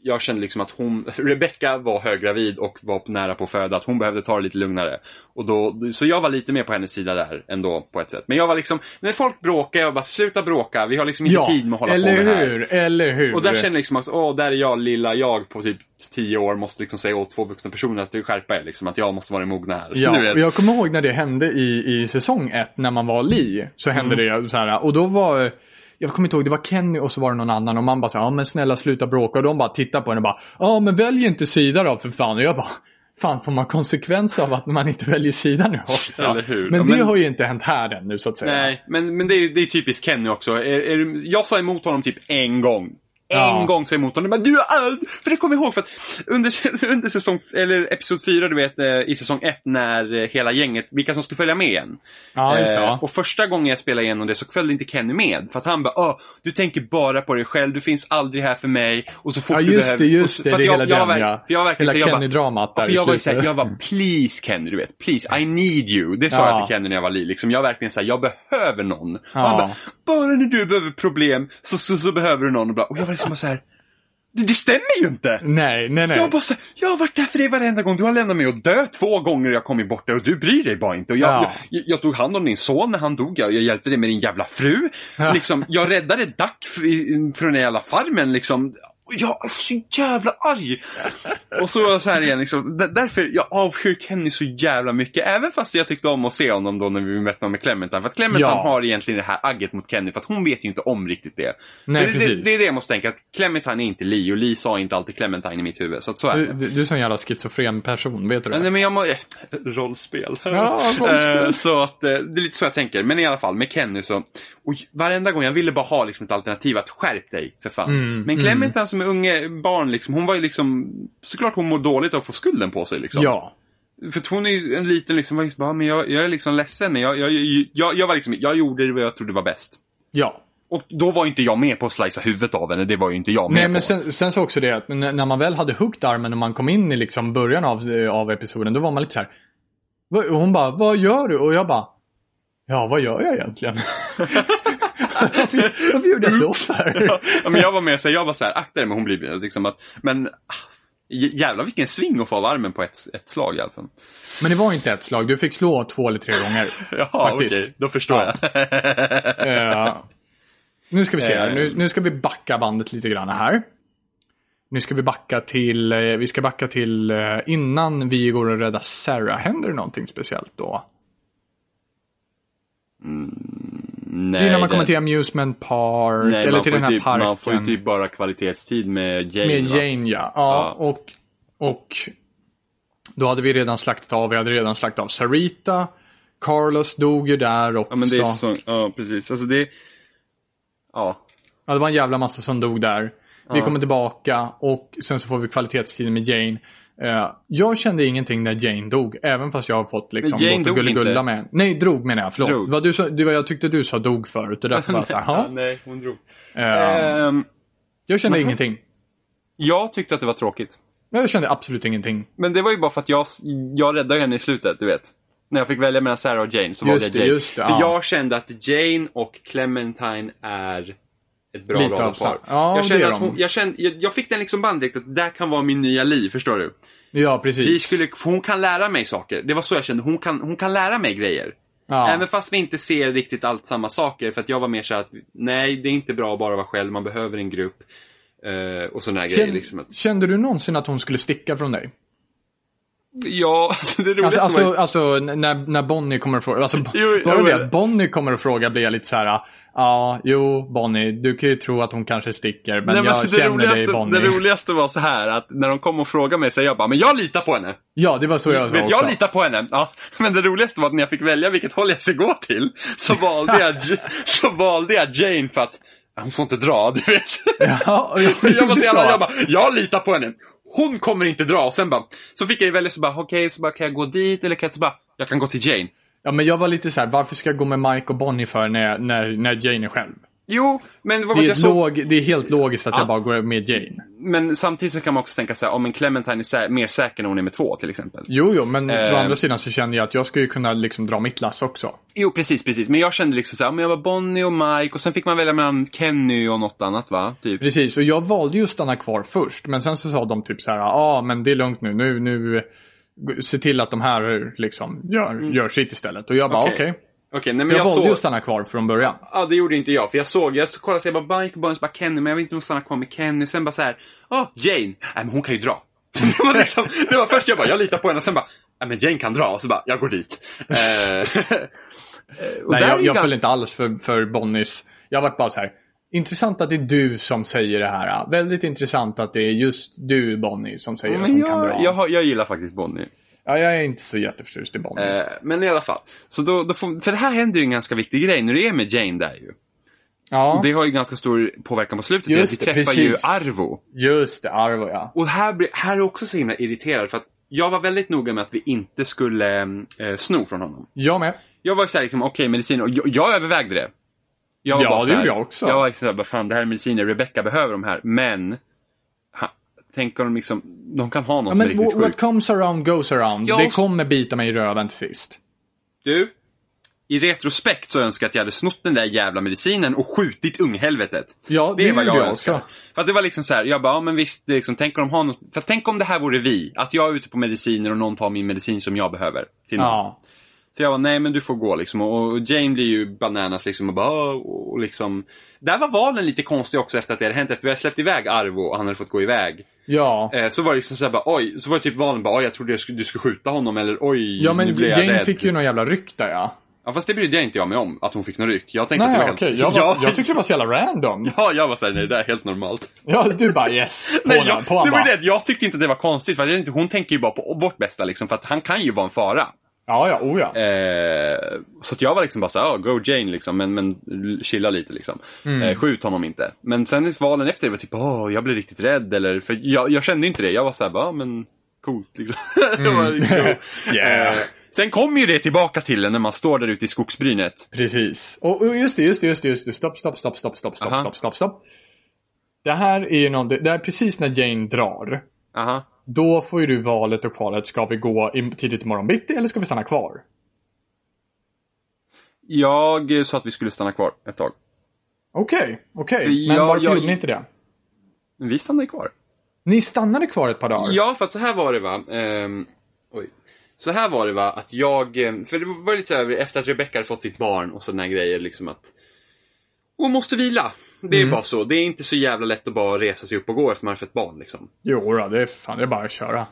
S2: jag kände liksom att hon, Rebecca var höggravid och var nära på att föda, att hon behövde ta det lite lugnare. Och då, så jag var lite mer på hennes sida där ändå på ett sätt. Men jag var liksom, när folk bråkar, jag bara sluta bråka, vi har liksom inte tid med att hålla på
S1: eller
S2: med det här.
S1: hur, eller hur.
S2: Och där känner jag liksom att, åh, där är jag, lilla jag på typ 10 år, måste liksom säga åt två vuxna personer att skärpa er liksom, att jag måste vara den mogna här.
S1: Ja,
S2: Du vet.
S1: och jag kommer ihåg när det hände i, i säsong ett när man var Li. Så
S2: Mm.
S1: hände det så här och då var, jag kommer inte ihåg, det var Kenny och så var det någon annan och man bara så här, ja men snälla sluta bråka och de bara tittar på en och bara, ja men välj inte sida då för fan och jag bara, fan får man konsekvenser av att man inte väljer sida nu också?
S2: Eller hur?
S1: Men
S2: Ja,
S1: det
S2: men-
S1: har ju inte hänt här ännu så att säga.
S2: Nej, men, men det är ju det är typiskt Kenny också. Är, är, du- jag sa emot honom typ en gång. En
S1: Ja.
S2: gång sa jag emot honom. Men du har all... För det kommer jag ihåg för att under, under säsong, eller episod 4, du vet, eh, i säsong 1 när eh, hela gänget, vilka som skulle följa med igen.
S1: Ja, just det.
S2: Eh,
S1: Ja.
S2: och första gången jag spelade igenom det så följde inte Kenny med. För att han bara, "Åh, du tänker bara på dig själv, du finns aldrig här för mig. Och så fort
S1: Ja
S2: du
S1: just det,
S2: behöver-
S1: just
S2: och så-
S1: det.
S2: för
S1: Det
S2: att
S1: är
S2: jag-
S1: hela
S2: jag var
S1: den
S2: verk-
S1: ja.
S2: För jag var verkligen
S1: Hela
S2: så jag bara,
S1: Kenny-dramat
S2: Ja,
S1: där
S2: för
S1: i
S2: jag var ju
S1: slutet.
S2: såhär, jag var please Kenny, du vet. Please, I need you. Det sa
S1: Ja.
S2: jag till Kenny när jag var li. Liksom, jag verkligen såhär, jag behöver någon. Och
S1: Ja.
S2: han bara, bara när du behöver problem så, så, så behöver du någon. Och, bara, och jag var liksom såhär, det, det stämmer ju inte!
S1: Nej, nej, nej.
S2: Jag, bara, så här, jag har varit där för dig varenda gång. Du har lämnat mig och dö två gånger och jag har kommit bort där och du bryr dig bara inte. Och jag,
S1: Ja.
S2: jag, jag tog hand om din son när han dog. Jag, jag hjälpte dig med din jävla fru.
S1: Ja.
S2: Liksom, jag räddade Duck fr- från den jävla farmen. Liksom. Och Jag är så jävla arg! Och så var jag så här igen, liksom, Där- därför jag avskyr Kenny så jävla mycket. Även fast jag tyckte om att se honom då när vi mötte honom med Clementine. För att Clementine
S1: Ja.
S2: har egentligen det här agget mot Kenny för att hon vet ju inte om riktigt det.
S1: Nej,
S2: det, det,
S1: precis.
S2: det är det jag måste tänka, att Clementine är inte Lee och Lee sa inte alltid Clementine i mitt huvud. Så att så är
S1: Du,
S2: det.
S1: du, du är en sån jävla schizofren person, vet du det?
S2: Men, men jag må... eh, Rollspel.
S1: Ja, rollspel.
S2: Eh, så att, eh, det är lite så jag tänker. Men i alla fall, med Kenny så... Och varenda gång, jag ville bara ha liksom, ett alternativ att skärp dig, för fan.
S1: Mm,
S2: men Clementine som är unge barn, liksom, hon var ju liksom... Såklart hon mår dåligt av att få skulden på sig. Liksom.
S1: mm. Ja.
S2: För att hon är ju en liten liksom, var liksom bara, men jag, jag är liksom ledsen, men jag, jag, jag, jag, jag var liksom, jag gjorde vad jag trodde var bäst.
S1: Ja.
S2: Och då var inte jag med på att slicea huvudet av henne, det var ju inte jag med
S1: Nej, men
S2: på.
S1: sen, sen så också det att n- när man väl hade huggt armen och man kom in i liksom början av, eh, av episoden, då var man lite så här. "Va- och Hon bara, vad gör du? Och jag bara, ja vad gör jag egentligen? varför, varför gjorde jag så för?
S2: ja, men jag var med så jag var så här, akta dig men hon blir liksom att, men ah, j- jävlar vilken sving att få av armen på ett, ett slag i alla fall.
S1: Men det var inte ett slag, du fick slå två eller tre gånger.
S2: Ja, okej,
S1: Faktiskt.
S2: då förstår
S1: Ja.
S2: jag.
S1: Eh, nu ska vi se här.
S2: Eh.
S1: Nu, nu ska vi backa bandet lite grann här. Nu ska vi backa till, eh, vi ska backa till eh, innan vi går och räddar Sarah. Händer det någonting speciellt då?
S2: Nej,
S1: innan man kommer
S2: det-
S1: till Amusement Park
S2: nej,
S1: eller
S2: man
S1: till
S2: får
S1: den här
S2: ju typ,
S1: parken.
S2: Man får ju typ bara kvalitetstid med Jane.
S1: Med
S2: va?
S1: Jane ja. ja
S2: Ja.
S1: och, och då hade vi redan slaktat av, vi hade redan slaktat av Sarita. Carlos dog ju där också.
S2: Ja, men det är så, ja precis. Alltså det, ja.
S1: Ja, det var en jävla massa som dog där. Vi kommer tillbaka och sen så får vi kvalitetstid med Jane. Eh, jag kände ingenting när Jane dog, även fast jag har fått liksom
S2: Jane
S1: gått och
S2: dog
S1: gulligulla
S2: inte.
S1: med Nej, drog menar jag. Förlåt.
S2: Drog.
S1: Det var du som- det var, jag tyckte du sa dog förut och därför bara så här, "Ha?"
S2: nej, hon drog.
S1: Eh,
S2: Ehm,
S1: Jag kände ingenting.
S2: jag tyckte att det var tråkigt.
S1: Jag kände absolut ingenting.
S2: Men det var ju bara för att jag, jag räddade henne i slutet, du vet. När jag fick välja mellan Sarah och Jane så
S1: Just
S2: valde jag
S1: det,
S2: Jane.
S1: just det,
S2: för
S1: ja.
S2: jag kände att Jane och Clementine är ett bra
S1: Lite av
S2: val kvar.
S1: sam- Ja,
S2: jag,
S1: det
S2: kände
S1: gör
S2: att hon,
S1: de.
S2: jag, kände, jag, jag fick den liksom band direkt att det där kan vara min nya liv, förstår du?
S1: Ja,
S2: Vi
S1: precis.
S2: skulle, för hon kan lära mig saker. Det var så jag kände, hon kan, hon kan lära mig grejer. Även
S1: Ja.
S2: fast vi inte ser riktigt allt samma saker, för att jag var mer så här att nej, det är inte bra att bara vara själv, man behöver en grupp. Eh, och sådana här grejer
S1: Kände,
S2: liksom. Att,
S1: kände du någonsin att hon skulle sticka från dig?
S2: ja, alltså det roligaste
S1: Alltså,
S2: var
S1: alltså,
S2: ju...
S1: alltså n- när, när Bonnie kommer och fråga, alltså,
S2: Jo, jag
S1: bara
S2: menar-
S1: det att Bonnie kommer och fråga blir jag lite så här. ja, jo Bonnie, du kan ju tro att hon kanske sticker, men,
S2: Nej, men
S1: jag
S2: alltså, det,
S1: känner dig
S2: roligaste,
S1: Bonnie.
S2: det roligaste var så här att när de kom och frågade mig så jag bara, men jag litar på henne.
S1: Ja, det var så jag sa
S2: Jag,
S1: också.
S2: jag litar på henne. Ja. Men det roligaste var att när jag fick välja vilket håll jag ska gå till så valde jag, så valde jag Jane för att hon får inte dra, du vet.
S1: Ja, och
S2: Men jag var
S1: gjorde
S2: så jävla,
S1: så.
S2: jag bara, jag litar på henne. Hon kommer inte dra. Och sen bara, så fick jag ju välja så bara, okej, så bara kan jag gå dit eller kan jag så bara, jag kan gå till Jane.
S1: Ja, men jag var lite så här, varför ska jag gå med Mike och Bonnie för när, jag- när, när Jane är själv?
S2: Jo, men det var
S1: Det
S2: bara att
S1: är,
S2: jag såg,
S1: låg, det är helt logiskt att
S2: Ja.
S1: jag bara går med Jane.
S2: men samtidigt så kan man också tänka så här, om en Clementine är sä- mer säker när hon är med två till exempel.
S1: Jo, jo, men
S2: Eh.
S1: å andra sidan så känner jag att jag ska ju kunna liksom dra mitt lass också.
S2: Jo, precis, precis. Men jag kände liksom så här, men jag var Bonnie och Mike och sen fick man välja mellan Kenny och något annat va? Typ.
S1: Precis, och jag valde ju att stanna kvar först. Men sen så sa de typ så här, ja ah, men det är lugnt nu, nu, nu eh, se till att de här liksom gör, gör sitt istället. Och jag bara okej.
S2: Mm. Okej. Okej, nej
S1: Så
S2: men
S1: jag,
S2: jag,
S1: valde ju
S2: såg.
S1: att stanna kvar från början.
S2: Ja, det gjorde inte jag. För jag såg, jag så- kollade så jag bara Mike och Bonnie, så bara Kenny, men jag vill inte nog stanna kvar med Kenny. Sen bara så här, ja, Jane, nej men hon kan ju dra. det, var liksom, det var först jag bara, jag litar på henne, och sen bara, nej men Jane kan dra, och så bara, jag går dit. Eh, och
S1: Nej,
S2: där är
S1: jag,
S2: ju
S1: jag
S2: ganska-
S1: föll inte alls för, för Bonnies. Jag vart bara så här. Intressant att det är du som säger det här. ja. Väldigt intressant att det är just du Bonnie som säger att
S2: Men
S1: hon kan
S2: jag,
S1: dra.
S2: jag, har- jag gillar faktiskt Bonnie.
S1: Ja, jag är inte så jätteförtjust i Bonnie.
S2: Eh, men i alla fall. Så då, då får, för det här händer ju en ganska viktig grej när du är med Jane där ju.
S1: ja,
S2: Det har ju ganska stor påverkan på slutet.
S1: Just
S2: vi
S1: det,
S2: träffar ju
S1: precis.
S2: Arvo.
S1: just det. Arvo ja.
S2: Och här, blir- här är jag också så himla irriterad för att jag var väldigt noga med att vi inte skulle eh, sno från honom.
S1: Jag med.
S2: Jag var såhär, liksom, okej mediciner, och jag, jag övervägde det. Jag var
S1: Ja,
S2: bara
S1: det
S2: så här-
S1: gjorde jag också.
S2: Jag var liksom såhär, vad fan det här är mediciner, Rebecca behöver de här, men ha, tänk om de liksom, de kan ha något
S1: Ja,
S2: som Alltså, är
S1: men
S2: riktigt
S1: what, what
S2: sjukt.
S1: comes around goes around.
S2: Ja,
S1: det
S2: och-
S1: kommer bita mig i röven till sist.
S2: Du, i retrospekt så önskar jag att jag hade snott den där jävla medicinen och skjutit unghelvetet.
S1: Ja,
S2: Det är vad jag,
S1: gjorde
S2: önskar. För att det var liksom så här, jag bara, ja men visst, det är liksom, tänk om de har något, för tänk om det här vore vi, att jag är ute på mediciner och någon tar min medicin som jag behöver. Till någon.
S1: Ja.
S2: Så jag var nej men du får gå liksom. Och, och Jane blir ju bananas liksom och bara "Åh", och, och liksom. Där var valen lite konstig också efter att det hade hänt. Efter vi hade släppt iväg Arvo och han hade fått gå iväg.
S1: Ja.
S2: Eh, så var det liksom såhär bara oj. Så var det typ valen bara oj jag trodde jag skulle, du skulle skjuta honom eller oj
S1: ja,
S2: nu
S1: men
S2: blev jag
S1: Jane
S2: rädd."
S1: fick ju någon jävla ryck där ja.
S2: Ja fast det brydde jag inte jag mig om. Att hon fick någon ryck. Jag tänkte att det var
S1: Nej,
S2: helt...
S1: okej. Jag, var-
S2: ja,
S1: jag tyckte det var så jävla random.
S2: ja jag var såhär nej det där är helt normalt.
S1: Ja, du bara yes. På
S2: Nej,
S1: honom,
S2: jag,
S1: på honom
S2: det var ju
S1: bara.
S2: det, att jag tyckte inte att det var konstigt. För att jag, tänkte, hon tänker ju bara på vårt bästa liksom. För att han kan ju vara en fara.
S1: Ja, ja, oh ja.
S2: Eh, så att jag var liksom bara såhär, ja, go Jane liksom, men, men chilla lite liksom.
S1: Mm.
S2: Eh, skjut honom inte. Men sen i valen efter det var typ, åh, jag blev riktigt rädd eller, för jag, jag kände inte det. Jag var såhär, bara, ja men coolt liksom. Det var coolt.
S1: Yeah.
S2: Eh, sen kommer ju det tillbaka till en när man står där ute i skogsbrynet.
S1: Precis. Och och just det, just det, just det, just det. Stopp, stopp, stopp, stopp, stopp, stopp,
S2: Aha.
S1: stopp, stopp, stopp. Det här är ju någon, det här är precis när Jane drar.
S2: Aha.
S1: Då får ju du valet och kvalet, ska vi gå i- tidigt imorgon bitti eller ska vi stanna kvar?
S2: Jag eh, sa att vi skulle stanna kvar ett tag.
S1: Okej, okej. Men
S2: Ja,
S1: varför
S2: jag-
S1: gjorde ni inte det?
S2: Men Vi stannade kvar.
S1: Ni stannade kvar ett par dagar?
S2: Ja, för att så här var det va. Ehm, oj. Så här var det va, att jag, ehm, för det var lite så här, efter att Rebecca hade fått sitt barn och sådana här grejer liksom att Hon måste vila. Det är bara så. Det är inte så jävla lätt att bara resa sig upp och gå efter man har fått barn liksom.
S1: Jo, då, det är för fan, det är bara att köra.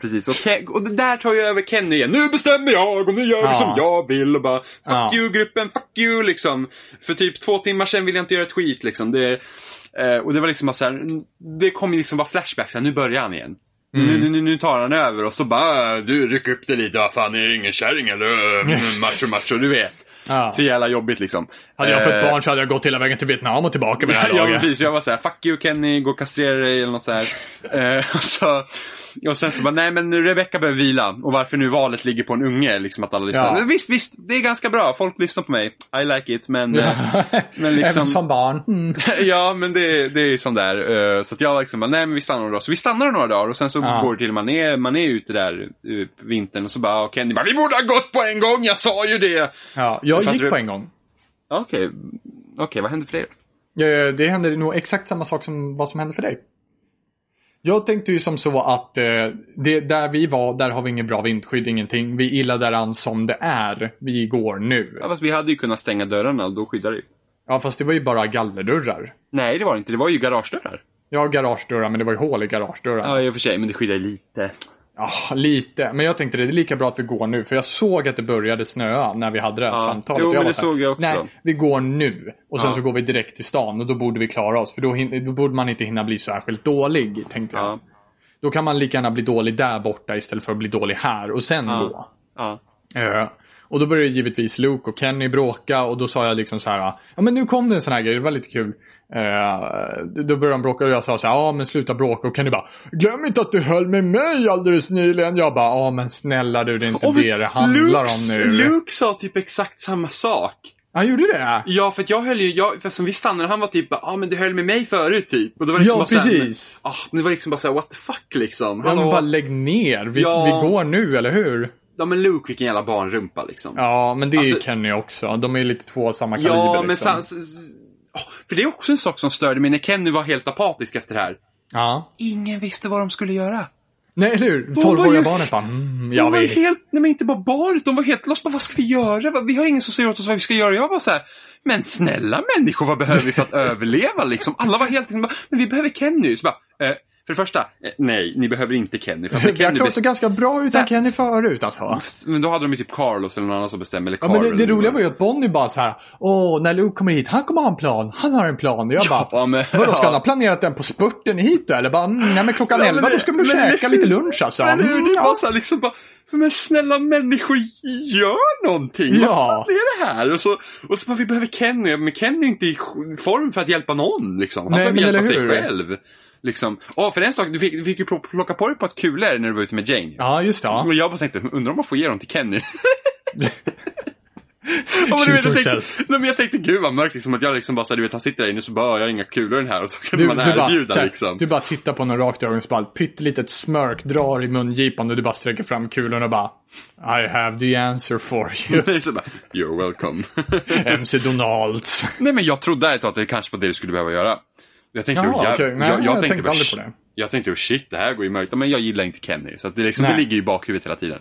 S2: Precis. Och, Ke- och det där tar ju över Kenny igen. Nu bestämmer jag och nu gör jag
S1: Ja.
S2: som jag vill och bara Fuck
S1: Ja.
S2: you gruppen, fuck you liksom. För typ två timmar sedan ville jag inte göra ett skit liksom. Det, eh, och det var liksom bara så här, det kommer ju liksom vara flashbacks här, nu börjar han igen.
S1: Mm.
S2: Nu, nu, nu, nu tar han över och så bara, "Äh, du ryck upp det lite, vad fan är det ingen kärring eller äh, macho macho, du vet.
S1: Ja.
S2: Så jävla jobbigt liksom.
S1: Hade jag fått
S2: Eh,
S1: barn så hade jag gått hela vägen till Vietnam och tillbaka med det här
S2: Ja,
S1: laget.
S2: precis. Jag var såhär, fuck you Kenny, gå och kastrera dig eller något såhär. eh, och, så, och sen så bara, nej men Rebecca behöver vila. Och varför nu valet ligger på en unge, liksom att alla lyssnar.
S1: Ja.
S2: Visst, visst, det är ganska bra. Folk lyssnar på mig. I like it, men... eh, Men liksom-
S1: Även som barn. Mm.
S2: ja, men det, det är sån där. eh, så att jag liksom bara, nej men vi stannar några dagar. Så vi stannar några dagar och sen så
S1: Ja.
S2: går det till man är, man är ute där eh, vintern och så bara, och Kenny bara, vi borde ha gått på en gång, jag sa ju det!
S1: Ja, jag
S2: Fattar
S1: gick
S2: du?
S1: på en gång.
S2: Okej, okej vad hände för dig?
S1: Eh, Det händer nog exakt samma sak som vad som hände för dig. Jag tänkte ju som så att eh, det, där vi var, där har vi ingen bra vindskydd, ingenting. Vi illa däran som det är. Vi går nu.
S2: Ja, fast vi hade ju kunnat stänga dörrarna och då skyddar det ju.
S1: Ja, fast det var ju bara gallerdörrar.
S2: Nej, det var det inte. Det var ju garagedörrar.
S1: Jag har garagedörrar, men det var ju hål i garagedörrar.
S2: Ja, i och för sig, men det skyddar ju lite.
S1: Ja, lite. Men jag tänkte det är lika bra att vi går nu. För jag såg att det började snöa när vi hade det här
S2: Ja.
S1: samtalet.
S2: Jo,
S1: Och
S2: men
S1: var
S2: det
S1: så här,
S2: såg jag också.
S1: Nej, vi går nu. Och sen
S2: Ja.
S1: så går vi direkt till stan och då borde vi klara oss. För då, hin- då borde man inte hinna bli särskilt dålig, tänkte jag.
S2: Ja.
S1: Då kan man lika gärna bli dålig där borta istället för att bli dålig här och sen
S2: Ja.
S1: då.
S2: Ja.
S1: Eh, Och då började givetvis Luke och Kenny bråka och då sa jag liksom så här. Ja men nu kom det en sån här grej, det var lite kul. Eh, Då började de bråka och jag sa så här. Ja men sluta bråka och Kenny bara. Glöm inte att du höll med mig alldeles nyligen. Jag bara. Ja men snälla du det är inte
S2: Och vi-
S1: det det handlar om
S2: Luke-
S1: nu.
S2: Luke sa typ exakt samma sak.
S1: Han gjorde det?
S2: Ja, för att jag höll ju, jag, för som vi stannade, han var typ ja ah, men du höll med mig förut typ. Och då var det liksom
S1: Ja
S2: bara såhär,
S1: precis.
S2: men- ah, men det var liksom bara såhär, what the fuck liksom.
S1: Ja,
S2: Hallå.
S1: men bara lägg ner. Vi,
S2: Ja.
S1: vi går nu eller hur?
S2: Luke vilken jävla barnrumpa liksom.
S1: Ja men det är ju
S2: Alltså-
S1: Kenny också. De är ju lite två av samma kaliber.
S2: Ja, men
S1: liksom.
S2: sen, s- s- åh, För det är också en sak som störde mig när Kenny var helt apatisk efter det här.
S1: Ja.
S2: Ingen visste vad de skulle göra.
S1: Nej, eller hur?
S2: var ju-
S1: Tolvåriga barnet bara, mm,
S2: de
S1: jag
S2: var ju
S1: vet.
S2: helt, nej men inte bara barnet, de var helt lost. Bara, vad ska vi göra? Vad- Vi har ingen som säger åt oss vad vi ska göra. Jag var bara så här, men snälla människor, vad behöver vi för att överleva liksom? Alla var helt, bara, men vi behöver Kenny. Så bara, eh, för det första, eh, nej, ni behöver inte Kenny. För att när
S1: Vi har
S2: Kenny
S1: klarat oss ganska bra utan
S2: Sen-
S1: Kenny förut alltså.
S2: bes- men då hade de ju typ Carlos eller någon annan som bestämde. Eller
S1: Ja, men det,
S2: Carl
S1: det
S2: eller
S1: roliga
S2: någon.
S1: var ju att Bonnie bara så här, åh, när Luke kommer hit, han kommer ha en plan, han har en plan. Och jag bara,
S2: Ja, men,
S1: vadå, ska han ha planerat den på spurten hit då? Eller bara, mm, nej men klockan
S2: Ja, men
S1: 11
S2: det-
S1: då ska vi nog
S2: men-
S1: käka lite lunch alltså.
S2: Men hur,
S1: Mm,
S2: det var
S1: ja.
S2: så här liksom bara, men snälla människor, gör någonting!
S1: Mm, Ja.
S2: Vad fan är det här? Och så, och så bara, vi behöver Kenny, men Kenny är inte i sj- form för att hjälpa någon liksom. Han
S1: Nej,
S2: behöver
S1: men
S2: hjälpa sig
S1: eller hur?
S2: själv. Liksom. Ja, för en sak, du fick, du fick ju pl- plocka på dig på ett kulor när du var ute med Jane.
S1: ja, just det. Ja.
S2: Och jag bara tänkte, undrar om man får ge dem till Kenny? Ja, men
S1: Shoot
S2: du vet, jag, tänkte,
S1: yourself.
S2: nej, men jag tänkte, gud vad mörkt liksom, att jag liksom bara så här, du vet han sitter där inne så bara, "Ja, jag har inga kulor i den här och så kunde
S1: Du,
S2: man
S1: du, bara,
S2: erbjuda
S1: så här,
S2: liksom.
S1: du bara tittar på någon rakt i ögonen och bara pyttelitet smörk drar i mungipan och du bara sträcker fram kulorna och bara I have the answer for you.
S2: Så bara, You're welcome.
S1: MC Donalds.
S2: Nej men jag trodde ärligt talat att det kanske var det du skulle behöva göra. Jag tänkte,
S1: Jaha,
S2: oh, jag,
S1: okej. Nej,
S2: jag, jag,
S1: jag
S2: tänkte,
S1: tänkte
S2: bara,
S1: aldrig på det.
S2: "Shh." Jag tänkte, oh, shit, det här går ju mörkt. Men jag gillar inte Kenny, så att det, liksom, det
S1: Nej.
S2: ligger ju i bakhuvudet hela tiden.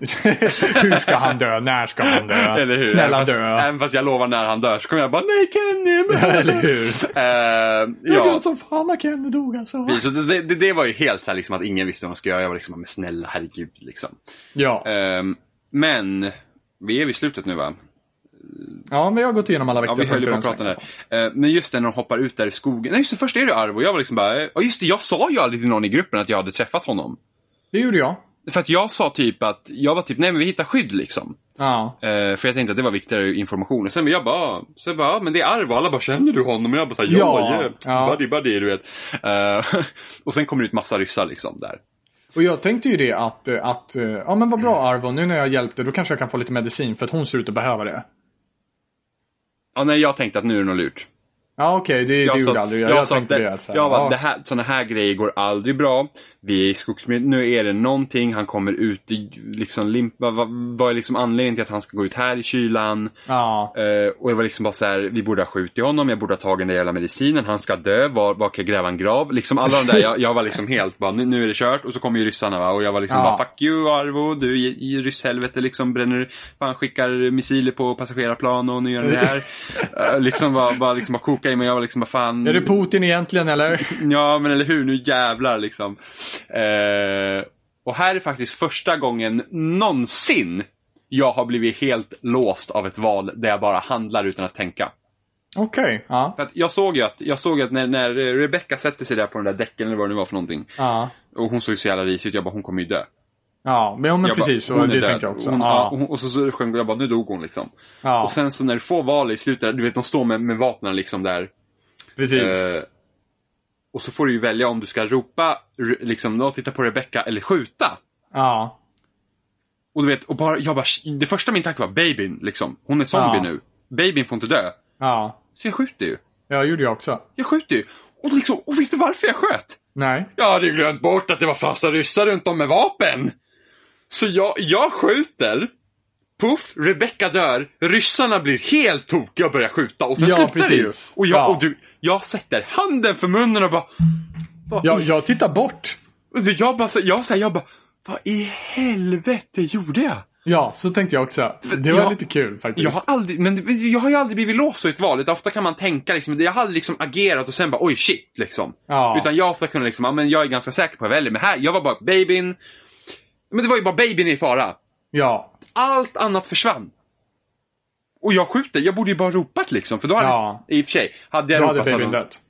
S1: Hur ska han dö? När ska han dö?
S2: Eller hur?
S1: Snälla
S2: även,
S1: dö.
S2: Fast, även fast jag lovar när han dör så kommer jag bara, nej Kenny! Men...
S1: Eller hur?
S2: Eh,
S1: Jag
S2: ja.
S1: grät som fan när Kenny dog alltså.
S2: Så det, det, det var ju helt så här, liksom, att ingen visste vad de skulle göra. Jag var liksom, men snälla herregud liksom.
S1: Ja.
S2: Ehm, men, vi är vid slutet nu va?
S1: ja, men jag har gått igenom alla
S2: Ja,
S1: viktiga
S2: vi höll ju på att prata där. Eh, Men just det, när de hoppar ut där i skogen. Nej, just det, först är det Arvo. Jag var liksom bara, eh, ja just det, jag sa ju aldrig till någon i gruppen att jag hade träffat honom.
S1: Det gjorde jag.
S2: För att jag sa typ att, jag var typ, nej men vi hittar skydd liksom.
S1: Ja.
S2: Eh, för jag tänkte att det var viktigare information. Och sen var jag bara, ah. så jag bara, ah, men det är Arvo. Alla bara, känner du honom? Och jag bara såhär, ja,
S1: Ja,
S2: yeah,
S1: ja.
S2: buddy, buddy, du vet. Eh, och sen kommer det ut massa ryssar liksom där.
S1: Och jag tänkte ju det att, eh, att eh, ja men vad bra Arvo, nu när jag hjälpte då kanske jag kan få lite medicin för att hon ser ut att behöva det.
S2: Ja, nej, jag tänkte att nu är det något lurt.
S1: Ja okej, det, det
S2: sa-
S1: gjorde aldrig jag. Jag,
S2: jag sa
S1: tänkte
S2: att
S1: det.
S2: det,
S1: att så här,
S2: jag bara,
S1: ja.
S2: det här, såna här grejer går aldrig bra. Vi är i skogsmiljön, nu är det någonting, han kommer ut i liksom limpa, vad, vad är liksom anledningen till att han ska gå ut här i kylan?
S1: ja.
S2: Eh, och jag var liksom bara så här, vi borde ha skjutit honom, jag borde ha tagit den där jävla medicinen, han ska dö, var, var kan jag gräva en grav? Liksom alla de där, jag, jag var liksom helt bara, nu, nu är det kört. Och så kommer ju ryssarna va, och jag var liksom
S1: Ja.
S2: bara, fuck you Arvo, du i, i rysshelvete liksom bränner, fan skickar missiler på passagerarplan och nu gör ni det här. Eh, liksom bara, bara liksom bara koka i mig, jag var liksom bara fan.
S1: Är det Putin egentligen eller?
S2: Ja, men eller hur, nu jävlar liksom. Eh, och här är faktiskt första gången någonsin jag har blivit helt låst av ett val där jag bara handlar utan att tänka.
S1: Okej, ja.
S2: För att jag såg ju att, jag såg ju att när, när Rebecca sätter sig där på den där däcken eller vad det nu var för någonting.
S1: Ja.
S2: Och hon såg ju så jävla risig ut, jag bara hon kommer ju dö.
S1: Ja, men, ja, men
S2: Jag bara,
S1: precis.
S2: hon
S1: och
S2: är
S1: det
S2: död.
S1: tänkte jag också.
S2: Hon, ja.
S1: ja.
S2: hon, och så, så sjöng jag bara, nu dog hon liksom.
S1: ja,
S2: Och sen så när du får val i slutet, du vet de står med, med vapnen liksom där.
S1: precis.
S2: Eh, och så får du ju välja om du ska ropa, r- liksom, "Nå, titta på Rebecca eller skjuta.
S1: ja.
S2: Och du vet, och bara, jag bara, "Sh-" det första min tanke var babyn liksom. Hon är zombie
S1: Ja.
S2: nu. Babyn får inte dö.
S1: Ja.
S2: Så jag skjuter ju.
S1: Ja, gjorde jag också.
S2: Jag skjuter ju. Och liksom, och vet du varför jag sköt?
S1: Nej.
S2: Jag hade ju glömt bort att det var fassa ryssar runt om med vapen. Så jag, jag skjuter. Puff, Rebecca dör, ryssarna blir helt tokiga och börjar skjuta och sen
S1: Ja,
S2: slutar det ju.
S1: precis.
S2: Och jag,
S1: Ja.
S2: och du, jag sätter handen för munnen och bara... Vad
S1: Jag,
S2: i-
S1: jag tittar bort.
S2: och det- jag bara, så- jag, så här, jag bara, vad i helvete gjorde jag?
S1: Ja, så tänkte jag också. Det var
S2: jag-
S1: lite kul faktiskt.
S2: Jag har aldrig, men men jag har ju aldrig blivit låst så i ett val. Utan ofta kan man tänka liksom, jag har aldrig liksom agerat och sen bara oj shit liksom.
S1: Ja.
S2: Utan jag har ofta kunnat liksom, ja men jag är ganska säker på vad jag väljer. Men här, jag var bara babyn. Men det var ju bara babyn i fara.
S1: Ja.
S2: Allt annat försvann. Och jag skjuter, jag borde ju bara ropat liksom. För då hade,
S1: Ja.
S2: i och för sig, hade jag
S1: Då hade
S2: ropat
S1: babyn
S2: hade
S1: dött.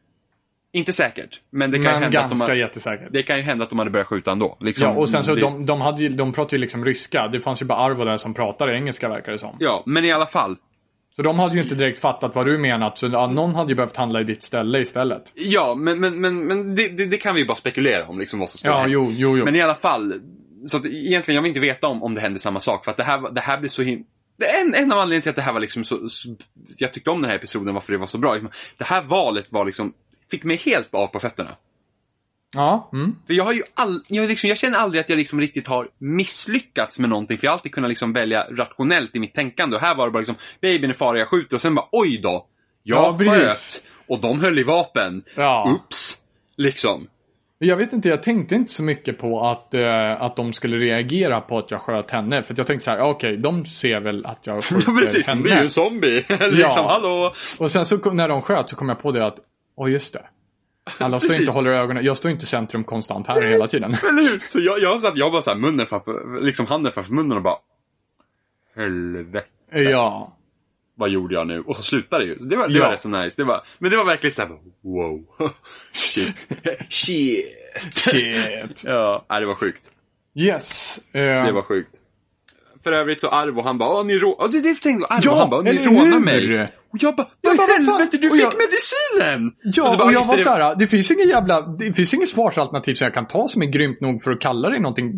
S2: Inte säkert, men det kan ju
S1: Men
S2: hända att de,
S1: ganska
S2: hade-
S1: jättesäkert.
S2: det kan ju hända att de hade börjat skjuta ändå. Liksom,
S1: Ja, och sen så
S2: det,
S1: de, de, hade ju, de pratade ju liksom ryska. Det fanns ju bara Arvo där som pratade engelska verkar det som.
S2: Ja, men i alla fall.
S1: Så de hade ju inte direkt fattat vad du menat. Så ja, någon hade ju behövt handla i ditt ställe istället.
S2: Ja, men, men, men, men det, det, det kan vi ju bara spekulera om liksom vad som spelar.
S1: Ja, jo, jo, jo.
S2: Men i alla fall. Så att egentligen, jag vill inte veta om, om det händer samma sak. För att det här, var- det här blir så him- det är en, en av anledningarna till att det här var liksom så, så... Jag tyckte om den här episoden, varför det var så bra. Liksom, det här valet var liksom... Fick mig helt av på fötterna.
S1: Ja, mm.
S2: För jag har ju all, jag, har liksom, jag känner aldrig att jag liksom riktigt har misslyckats med någonting. För jag har alltid kunnat liksom välja rationellt i mitt tänkande. Och här var det bara liksom, babyn är fara, jag skjuter. Och sen bara, oj då.
S1: Ja,
S2: Jag
S1: precis.
S2: sköt. Och de höll i vapen.
S1: Ja.
S2: Ups. Liksom.
S1: Jag vet inte, jag tänkte inte så mycket på att, eh, att de skulle reagera på att jag sköt henne. För att jag tänkte så här, okej, de ser väl att jag
S2: Ja, precis,
S1: skjuter
S2: hon blir ju
S1: henne.
S2: en zombie. liksom,
S1: Ja.
S2: hallå.
S1: Och sen så kom- när de sköt så kom jag på det att, åh just det. Alla står
S2: Precis.
S1: inte och håller i ögonen. Jag står inte i centrum konstant här hela tiden.
S2: Eller hur? Så jag, jag satt, jag bara såhär munnen framför, liksom handen framför munnen och bara Helvete,
S1: ja.
S2: vad gjorde jag nu? Och så slutade det ju. Så det var, det
S1: Ja.
S2: var rätt så nice. Det var, men det var verkligen såhär, wow. Shit. Shit.
S1: Shit.
S2: Ja, nej, det var sjukt.
S1: Yes. Eh,
S2: Det var sjukt. För övrigt så Arvo han bara, åh ni rå... Ja, det, det tänkte jag. Arvo
S1: Ja,
S2: han bara, ni
S1: eller
S2: rånar
S1: hur?
S2: mig. Och jag bara,
S1: Jag
S2: vad
S1: bara, vad
S2: i
S1: fan?
S2: helvete, du
S1: Och
S2: fick
S1: jag-
S2: medicinen! du
S1: Ja,
S2: bara,
S1: och jag
S2: "Visst
S1: var
S2: är det-
S1: så här, det finns ingen jävla, det finns ingen svarsalternativ som jag kan ta som är grymt nog för att kalla det någonting.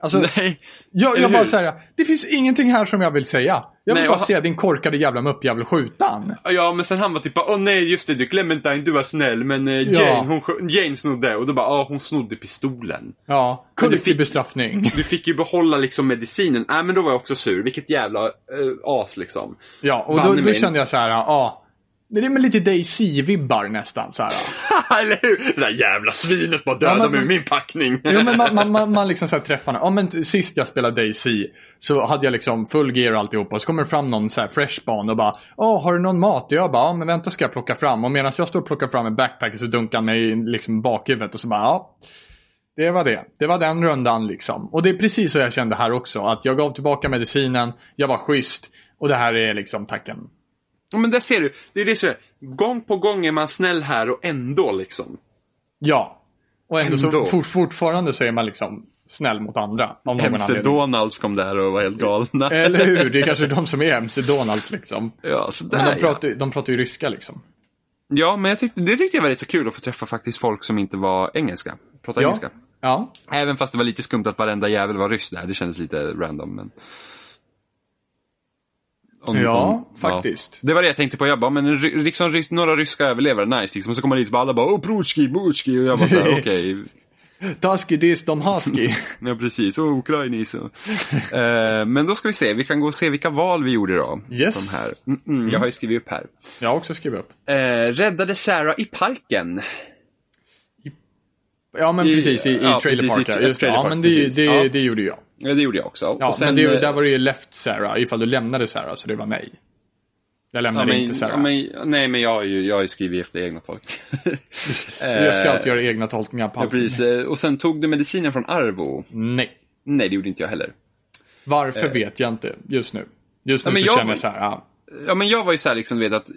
S1: Alltså,
S2: Nej.
S1: jag,
S2: eller
S1: jag bara
S2: hur?
S1: så här, det finns ingenting här som jag vill säga. Jag vill
S2: Nej,
S1: bara
S2: och-
S1: se din korkade jävla muppjävel skjuta han.
S2: Ja, men sen han var typ bara, åh nej just det, du, Clementine du var snäll men eh, Jane,
S1: Ja.
S2: hon, skö- Jane snodde och då bara, ja hon snodde pistolen.
S1: Ja,
S2: Men du
S1: kollektiv
S2: fick-
S1: bestraffning.
S2: Du fick ju behålla liksom medicinen, nej men då var jag också sur, vilket jävla eh, as liksom.
S1: Ja, och
S2: Banne
S1: då, då
S2: mig.
S1: kände jag så här, ja. Det är med lite Daisy-vibbar nästan så här.
S2: Eller hur? Det där jävla svinet bara döda
S1: men-
S2: mig ur min packning.
S1: Jo men man, man, man, man liksom så här träffar någon. Ja men t- sist jag spelade Daisy så hade jag liksom full gear och alltihopa. Och så kommer det fram någon så här freshbarn och bara Åh, har du någon mat? Och jag bara, ja men vänta ska jag plocka fram. Och medan jag står och plockar fram en backpack så dunkar han mig i liksom bakhuvudet och så bara, ja. Det var det. Det var den rundan liksom. Och det är precis så jag kände här också. Att jag gav tillbaka medicinen, jag var schysst. Och det här är liksom tacken.
S2: Ja, men där ser du, det är det som är, gång på gång är man snäll här och ändå liksom.
S1: Ja. Och ändå,
S2: Ändå.
S1: så fort, fortfarande så är man liksom snäll mot andra. Av någon
S2: Hemse
S1: anledning.
S2: Donalds kom där och var helt galna.
S1: Eller hur? Det är kanske de som är MC Donalds liksom.
S2: Ja,
S1: Men
S2: sådär
S1: de
S2: ja.
S1: pratar, ju- de pratar ju ryska liksom.
S2: Ja, men jag tyckte, det tyckte jag var rätt så kul att få träffa faktiskt folk som inte var engelska. Prata
S1: Ja.
S2: engelska.
S1: Ja.
S2: Även fast det var lite skumt att varenda jävel var ryss där. Det kändes lite random. Men... Om-
S1: Ja,
S2: om-
S1: faktiskt.
S2: Det var det jag tänkte på. Jag bara, men ry- liksom, rys- några ryska överlevare, nice. Liksom. Och så kommer man dit och alla bara oh, Prutjki, Butjki. Och jag bara såhär, okej.
S1: Tusky dis dom husky.
S2: Ja, precis. Oh, Ukrainis. Och... Eh, men då ska vi se. Vi kan gå och se vilka val vi gjorde då.
S1: Yes.
S2: De här. Mm -mm, jag har ju skrivit upp här.
S1: Jag har också skrivit upp.
S2: Eh, räddade Sarah i parken.
S1: Ja men
S2: I-
S1: precis, i, i
S2: ja,
S1: trailer
S2: precis,
S1: Park.
S2: i
S1: ja, Just, det.
S2: Trailer
S1: ja
S2: Park,
S1: men det, är ju-
S2: precis.
S1: det,
S2: Ja.
S1: det gjorde jag.
S2: Ja, det gjorde jag också.
S1: Ja,
S2: Och sen,
S1: men det, är ju-
S2: eh,
S1: där var det ju left Sarah, ifall du lämnade Sarah, så det var nej. Jag
S2: Ja,
S1: lämnade
S2: men,
S1: inte Sarah.
S2: ja, men, nej, men jag har ju jag har ju skrivit efter egna tolk.
S1: jag ska alltid göra egna tolkningar på
S2: eh, Ja,
S1: allt.
S2: precis. Eh, Och sen tog du medicinen från Arvo?
S1: Nej.
S2: Nej, det gjorde inte jag heller.
S1: Varför vet jag inte just nu. Just nu
S2: Eh. Ja, men
S1: så
S2: jag-
S1: känner jag så här, ja.
S2: Ja, men jag var ju så här liksom, du vet att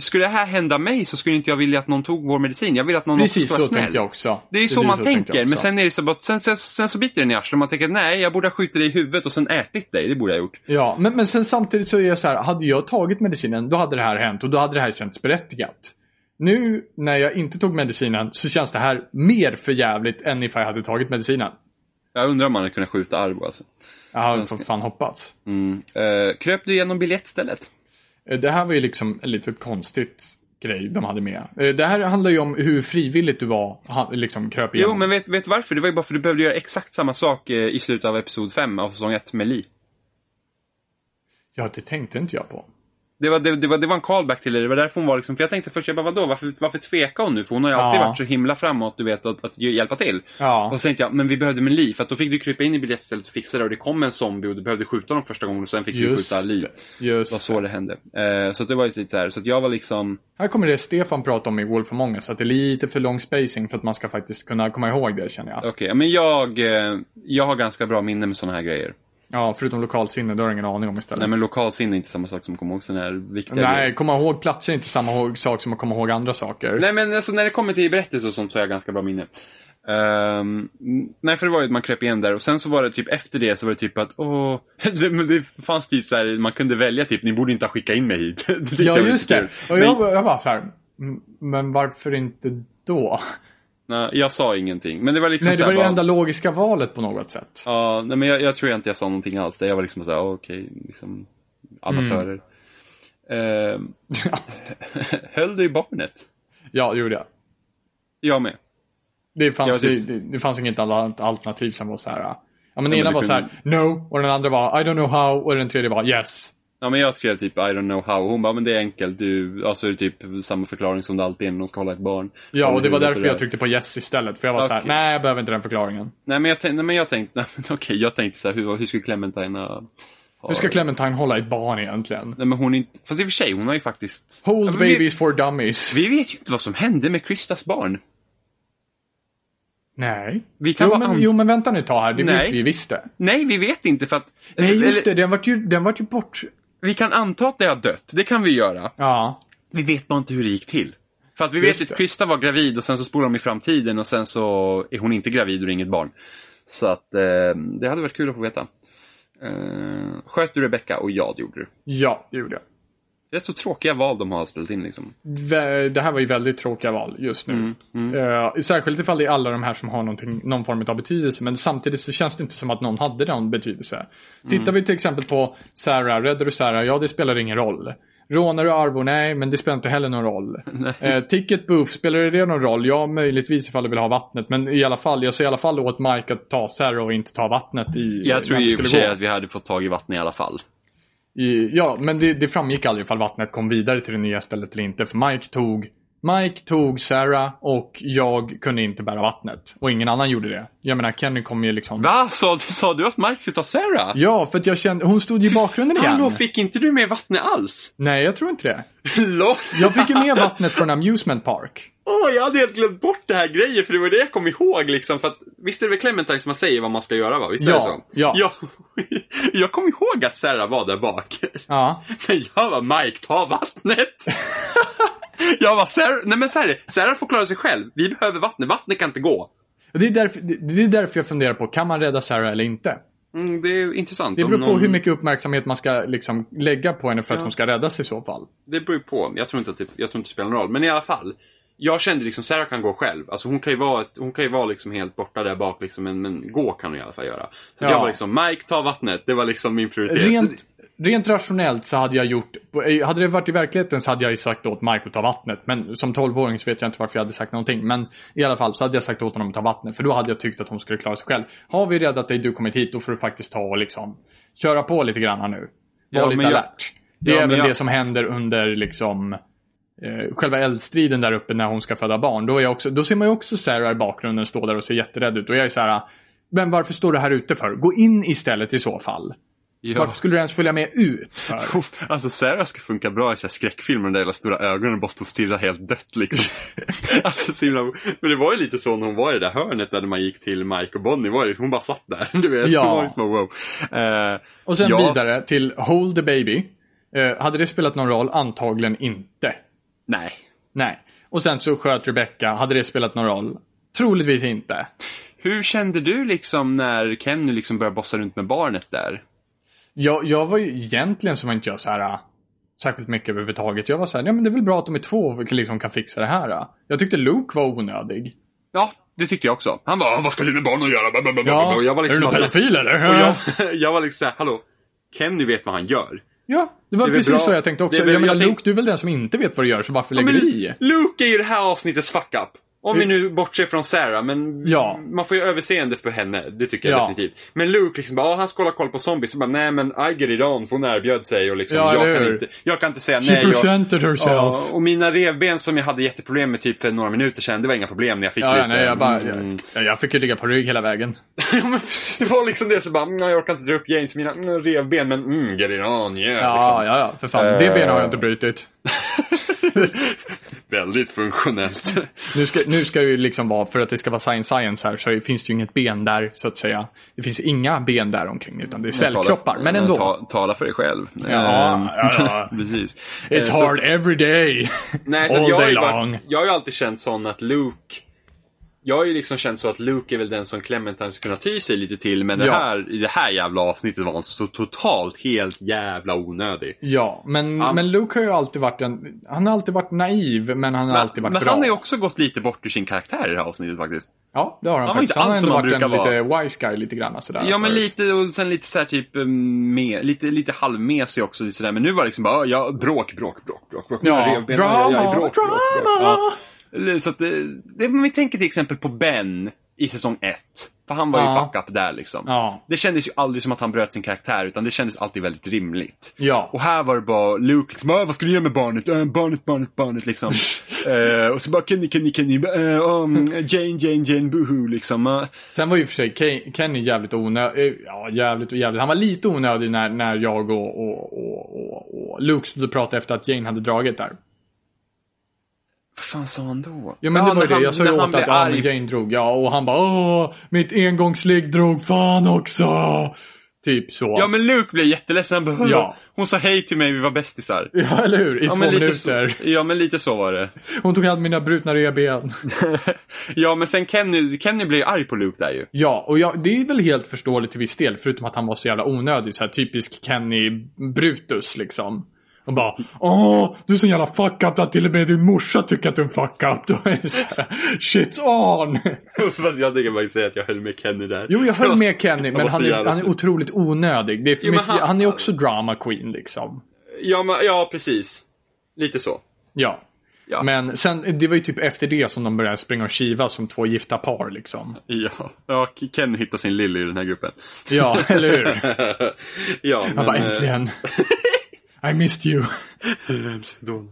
S2: skulle det här hända mig så skulle inte jag vilja att någon tog vår medicin. Jag vill att någon
S1: Precis
S2: också ska vara
S1: så
S2: snäll.
S1: tänkte jag också.
S2: Det är ju
S1: Precis
S2: så man
S1: tänkte jag
S2: tänker, men
S1: också.
S2: sen är det så bara, sen, sen, sen så biter den i arslet och man tänker nej, jag borde ha skjutit dig i huvudet och sen ätit dig. Det borde jag ha gjort.
S1: Ja, men, men sen samtidigt så är jag så här, hade jag tagit medicinen då hade det här hänt och då hade det här känts berättigat. Nu när jag inte tog medicinen så känns det här mer för jävligt än ifall jag hade tagit medicinen.
S2: Jag undrar om man hade kunnat skjuta Arvo alltså.
S1: Jag hade som fan hoppats.
S2: Mm. Eh, kröp du igenom biljettstället?
S1: Eh, Det här var ju liksom en lite konstigt grej de hade med. Eh, Det här handlar ju om hur frivilligt du var, ha- liksom kröp
S2: Jo,
S1: igenom.
S2: men vet, vet varför? Det var ju bara för att du behövde göra exakt samma sak eh, i slutet av episod 5 av säsong 1 med Li.
S1: Ja, det tänkte inte jag på.
S2: Det var, det, det, var, det var en callback till det. Det var därför hon var liksom, för jag tänkte först, jag bara, vadå, varför, varför tvekar hon nu? För hon har ju alltid
S1: Ja.
S2: varit så himla framåt, du vet, att, att hjälpa till.
S1: Ja.
S2: Och så tänkte jag, men vi behövde med Li, för att då fick du krypa in i biljettstället och fixa det och det kom en zombie och du behövde skjuta dem första gången och sen fick du
S1: Just
S2: skjuta Li. Det
S1: Just
S2: var så det hände. Eh, så att det var ju lite så här, så att jag var liksom,
S1: Här kommer det Stefan pratade om i Wolf of Många, så att det är lite för lång spacing för att man ska faktiskt kunna komma ihåg det känner jag.
S2: okej, men jag, eh, jag har ganska bra minne med sådana här grejer.
S1: Ja, förutom lokalsinne, då har jag ingen aning om
S2: Nej
S1: istället.
S2: men lokalsinne är inte samma sak som att komma ihåg sådana här viktiga
S1: Nej,
S2: grejer.
S1: komma ihåg platser är inte samma ihåg- sak som att komma ihåg andra saker.
S2: Nej men alltså när det kommer till berättelser och sånt så har jag ganska bra minne. Ehm, nej för det var ju att man kröp igen där och sen så var det typ efter det så var det typ att åh, det, men det fanns typ så här, man kunde välja typ, ni borde inte ha skickat in mig hit. Det tyckte jag
S1: ja,
S2: var
S1: just
S2: lite
S1: det.
S2: kul.
S1: Och
S2: Men-
S1: jag, var- jag var så här, "Mm, men varför inte då?
S2: Nej, jag sa ingenting. Men det var liksom
S1: Nej, det
S2: så
S1: var
S2: här,
S1: det
S2: bara,
S1: enda logiska valet på något sätt.
S2: Ja, nej men jag, jag tror inte jag sa någonting alls. Där. Jag var liksom såhär, ah, okej, liksom amatörer.
S1: Mm.
S2: Ehm, höll du i barnet?
S1: Ja, det gjorde jag.
S2: Jag med.
S1: Det
S2: Ja,
S1: fanns,
S2: precis.
S1: det, det fanns inget annat alternativ som var så här. Ja, men
S2: men
S1: ena
S2: du
S1: var så
S2: kunde-
S1: här, no, och den andra var I don't know how, och den tredje var yes.
S2: Ja men jag skrev typ I don't know how. Hon bara, men det är enkelt. Du, alltså det är typ samma förklaring som det alltid är när de ska hålla ett barn.
S1: Ja, och det var
S2: Huvudet
S1: därför
S2: där.
S1: jag tryckte på yes istället. För jag var så här,
S2: Okej.
S1: nej jag behöver inte den förklaringen.
S2: Nej men jag tänkte, nej, men jag tänkte, nej, men okej, jag tänkte såhär, hur, hur skulle Clementine ha...
S1: Hur ska Clementine hålla ett barn egentligen?
S2: Nej men hon är inte, fast i och för sig, hon har ju faktiskt...
S1: Hold
S2: men vi-
S1: babies for dummies.
S2: Vi vet ju inte vad som hände med Kristas barn.
S1: Nej.
S2: Vi kan
S1: Jo
S2: bara
S1: men,
S2: an-
S1: jo men vänta nu ett tag här, det
S2: Nej.
S1: vet vi visst det.
S2: Nej, vi vet inte för att...
S1: Nej
S2: eller-
S1: just det, den vart ju, den vart ju bort...
S2: Vi kan anta att det har dött, det kan vi göra.
S1: Ja.
S2: Vi vet bara inte hur det gick till. För att vi
S1: Just
S2: vet
S1: det.
S2: att Krista var gravid och sen så spolar de i framtiden och sen så är hon inte gravid och det är inget barn. Så att eh, det hade varit kul att få veta. Eh, sköt du Rebecca? Och ja, det gjorde du.
S1: Ja, det gjorde jag.
S2: Rätt så tråkiga val de har ställt in liksom.
S1: Vä- Det här var ju väldigt tråkiga val just nu.
S2: Mm.
S1: Eh, särskilt ifall det är alla de här som har någonting, någon form av betydelse. Men samtidigt så känns det inte som att någon hade någon betydelse.
S2: Mm.
S1: Tittar vi till exempel på Sarah, räddar du Sarah? Ja, det spelar ingen roll. Rånar du Arvo? Nej, men det spelar inte heller någon roll. Eh, ticket Booth, spelar det någon roll? Ja, möjligtvis ifall du vill ha vattnet. Men i alla fall, jag säger i alla fall åt Mike att ta Sarah och inte ta vattnet i...
S2: Jag tror
S1: när
S2: i och
S1: skulle
S2: för sig
S1: gå.
S2: att vi hade fått tag i vatten i alla fall.
S1: I, ja, men det, det framgick aldrig ifall vattnet kom vidare till det nya stället eller inte. För Mike tog, Mike tog Sarah och jag kunde inte bära vattnet. Och ingen annan gjorde det. Jag menar, Kenny kom ju liksom...
S2: Va? Sa, sa du att Mike skulle ta Sarah?
S1: Ja, för att jag kände... Hon stod ju i bakgrunden igen.
S2: Hallå, fick inte du med vattnet alls?
S1: Nej, jag tror inte det.
S2: Lol.
S1: Jag fick ju med vattnet från Amusement Park.
S2: Åh, jag hade helt glömt bort det här grejen för det var det jag kom ihåg liksom. För att, visst är det väl Clementine som man säger vad man ska göra va? Visst är
S1: Ja,
S2: det så?
S1: ja.
S2: Jag, jag kom ihåg att Sarah var där bak.
S1: Ja.
S2: Men jag var Mike, ta vattnet! jag var Sarah, nej men Sarah, Sarah får klara sig själv. Vi behöver vattnet, vattnet kan inte gå.
S1: Och Det är, därför, det det är därför jag funderar på, kan man rädda Sarah eller inte?
S2: Mm, det är intressant.
S1: Det
S2: om
S1: beror på
S2: någon-
S1: hur mycket uppmärksamhet man ska liksom lägga på henne för att
S2: Ja.
S1: hon ska räddas i så fall.
S2: Det beror ju på. Jag tror inte att det, jag tror inte det spelar någon roll. Men i alla fall. Jag kände liksom, Sarah kan gå själv. Alltså hon kan ju vara, ett, hon kan ju vara liksom helt borta där bak liksom, men, men gå kan hon i alla fall göra. Så
S1: Ja.
S2: jag var liksom, Mike ta vattnet. Det var liksom min prioritet.
S1: Rent, rent rationellt så hade jag gjort, hade det varit i verkligheten så hade jag ju sagt åt Mike att ta vattnet. Men som 12-åring så vet jag inte varför jag hade sagt någonting. Men i alla fall så hade jag sagt åt honom att ta vattnet. För då hade jag tyckt att hon skulle klara sig själv. Har vi räddat dig, du kommit hit, då får du faktiskt ta och liksom köra på lite grann här nu. Var
S2: Ja,
S1: lite
S2: men jag-
S1: alert. Det är
S2: Ja, men
S1: även
S2: jag-
S1: det som händer under liksom eh, själva eldstriden där uppe när hon ska föda barn. Då, är jag också, då ser man ju också Sarah i bakgrunden stå där och ser jätterädd ut. Och jag är så här, "Ah, men varför står du här ute för? Gå in istället i så fall.
S2: ja.
S1: Varför skulle du ens följa med ut? För?
S2: Uff, Alltså Sarah ska funka bra i så här skräckfilmer med de där jävla stora ögonen och bara stå och stirra helt dött liksom. alltså så himla... Men det var ju lite så när hon var i det där hörnet där när man gick till Mike och Bonnie. Var det, hon bara satt där. Du vet.
S1: Ja.
S2: Hon var liksom, wow. Eh,
S1: Och sen
S2: ja.
S1: vidare till Hold the Baby. Eh, hade det spelat någon roll? Antagligen inte.
S2: Nej.
S1: Nej. Och sen så sköt Rebecca. Hade det spelat någon roll? Troligtvis inte.
S2: Hur kände du liksom när Kenny liksom började bossa runt med barnet där?
S1: Jag, jag var ju egentligen så var inte jag så här ah, särskilt mycket överhuvudtaget. Jag var så här, ja men det är väl bra att de är två och liksom kan fixa det här. ah." Jag tyckte Luke var onödig.
S2: Ja, det tyckte jag också. Han bara, "Ah, vad ska du med barn att göra? Bla, bla, bla, bla, bla. Och jag var
S1: är
S2: liksom
S1: du någon
S2: bara-
S1: pedofil eller?
S2: och jag, jag var liksom såhär, hallå, Kenny vet vad han gör.
S1: Ja, det var
S2: Det är väl
S1: precis
S2: bra.
S1: så jag tänkte också.
S2: Det är väl-
S1: jag menar
S2: jag tänk-
S1: Luke, du är väl den som inte vet vad du gör så varför
S2: Ja,
S1: lägger
S2: men
S1: du i?
S2: Luke är ju det här avsnittets fuck-up. Om vi nu bortser från Sarah, men
S1: Ja.
S2: man får ju överseende för henne. Det tycker jag
S1: Ja.
S2: definitivt. Men Luke liksom bara, ah, han ska hålla koll på zombies. Och bara, nej men I get it on, för hon erbjöd sig och liksom,
S1: Ja,
S2: jag,
S1: eller
S2: kan
S1: hur?
S2: inte, jag kan inte säga
S1: She
S2: nej. Jag,
S1: presented herself.
S2: ja, och mina revben som jag hade jätteproblem med typ för några minuter sedan, det var inga problem när jag fick
S1: Ja,
S2: lite.
S1: ja, nej, jag, bara,
S2: mm.
S1: jag, jag fick ju ligga på rygg hela vägen.
S2: Ja, men det var liksom det, så bara, mm, jag orkar inte dra upp James mina mm, revben, men mm, get it
S1: Ja,
S2: on, yeah. liksom.
S1: ja, ja, för fan.
S2: Eh.
S1: Det benet har jag inte brutit.
S2: Väldigt funktionellt.
S1: Nu ska, nu ska det ju liksom vara, för att det ska vara science science här, så det finns det ju inget ben där, så att säga. Det finns inga ben där omkring, utan det är svällkroppar. Men ändå.
S2: Ta, tala för dig själv.
S1: Ja,
S2: Ehm,
S1: ja, ja.
S2: Precis. Eh,
S1: It's
S2: så-
S1: hard every day.
S2: Nej, så att
S1: All
S2: jag, har
S1: day
S2: ju varit-
S1: long.
S2: jag har ju alltid känt sån att Luke jag har ju liksom känt så att Luke är väl den som Clementine skulle kunna ty sig lite till men det
S1: Ja.
S2: här, i det här jävla avsnittet var han så totalt helt jävla onödig.
S1: Ja, men,
S2: Ja.
S1: men Luke har ju alltid varit en... Han har alltid varit naiv, men han har alltid varit
S2: men
S1: bra.
S2: han har ju också gått lite bort ur sin karaktär i det här avsnittet faktiskt.
S1: Ja, det har han,
S2: han var
S1: faktiskt.
S2: inte
S1: Han har
S2: alls
S1: ändå
S2: som han
S1: varit en lite
S2: brukar
S1: wise guy lite grann sådär.
S2: Ja men
S1: förut.
S2: lite och sen lite såhär typ eh, med, lite, lite halvmesig också. lite Sådär. Men nu var det liksom bara ja, bråk, bråk, bråk, bråk. bråk.
S1: Ja,
S2: Mina revben, aj, aj, aj,
S1: drama,
S2: bråk, bråk, bråk.
S1: drama.
S2: Ja. Eller Så att det, det, om vi tänker till exempel på Ben i säsong 1. För han var ju
S1: Ja.
S2: fuck up där liksom.
S1: Ja.
S2: Det kändes ju aldrig som att han bröt sin karaktär utan det kändes alltid väldigt rimligt.
S1: Ja.
S2: Och här var det bara Luke liksom, "Ah, vad ska du göra med barnet? Äh, barnet, barnet, barnet liksom. Eh, och så bara Kenny, Kenny, Kenny, eh, um, Jane, Jane, Jane, boohoo liksom. Eh,
S1: Sen var ju för sig Ken- Kenny jävligt onödig. Ja, jävligt och jävligt. Han var lite onödig när, när jag och, och, och, och, och Luke stod och pratade efter att Jane hade dragit där.
S2: vad fan sa han då?
S1: Ja men det var ju
S2: när
S1: det.
S2: han-
S1: Jag sa
S2: när
S1: ju
S2: han
S1: åt
S2: blev
S1: att ja, men
S2: arg.
S1: Jane drog. Ja och han bara åh, mitt engångsligg drog fan också. Typ så.
S2: Ja men Luke blev jätteledsen. Han bara,
S1: Ja.
S2: Hon sa hej till mig, vi var bästisar.
S1: Ja, eller hur? I
S2: Ja
S1: två
S2: men, lite så,
S1: minuter.
S2: ja men lite så var det.
S1: Hon tog hand om mina brutna revben.
S2: ja, men sen Kenny, Kenny blir ju arg på Luke där ju.
S1: Ja, och jag, det är väl helt förståeligt till viss del. Förutom att han var så jävla onödig. Så här, typisk Kenny Brutus liksom. Och bara Åh, du är så jävla fuck up att till och med din morsa tycker att du är en fuck up. Då är det så här, Shit's on!
S2: Fast jag tänker bara säga att jag höll med Kenny där.
S1: Jo, jag höll
S2: var-
S1: med Kenny,
S2: var
S1: men
S2: så
S1: han är,
S2: jävla
S1: han är
S2: sur.
S1: otroligt onödig. Det är för
S2: Jo, men
S1: mycket, han,
S2: han-
S1: är också drama queen liksom.
S2: Ja, men, ja, precis. Lite så.
S1: Ja.
S2: Ja.
S1: Men sen, det var ju typ efter det som de började springa och kiva som två gifta par liksom.
S2: Ja, ja Kenny hittar sin Lily i den här gruppen.
S1: Ja, eller hur?
S2: ja,
S1: Han bara
S2: eh,
S1: äntligen. I missed you.
S2: McDonald's.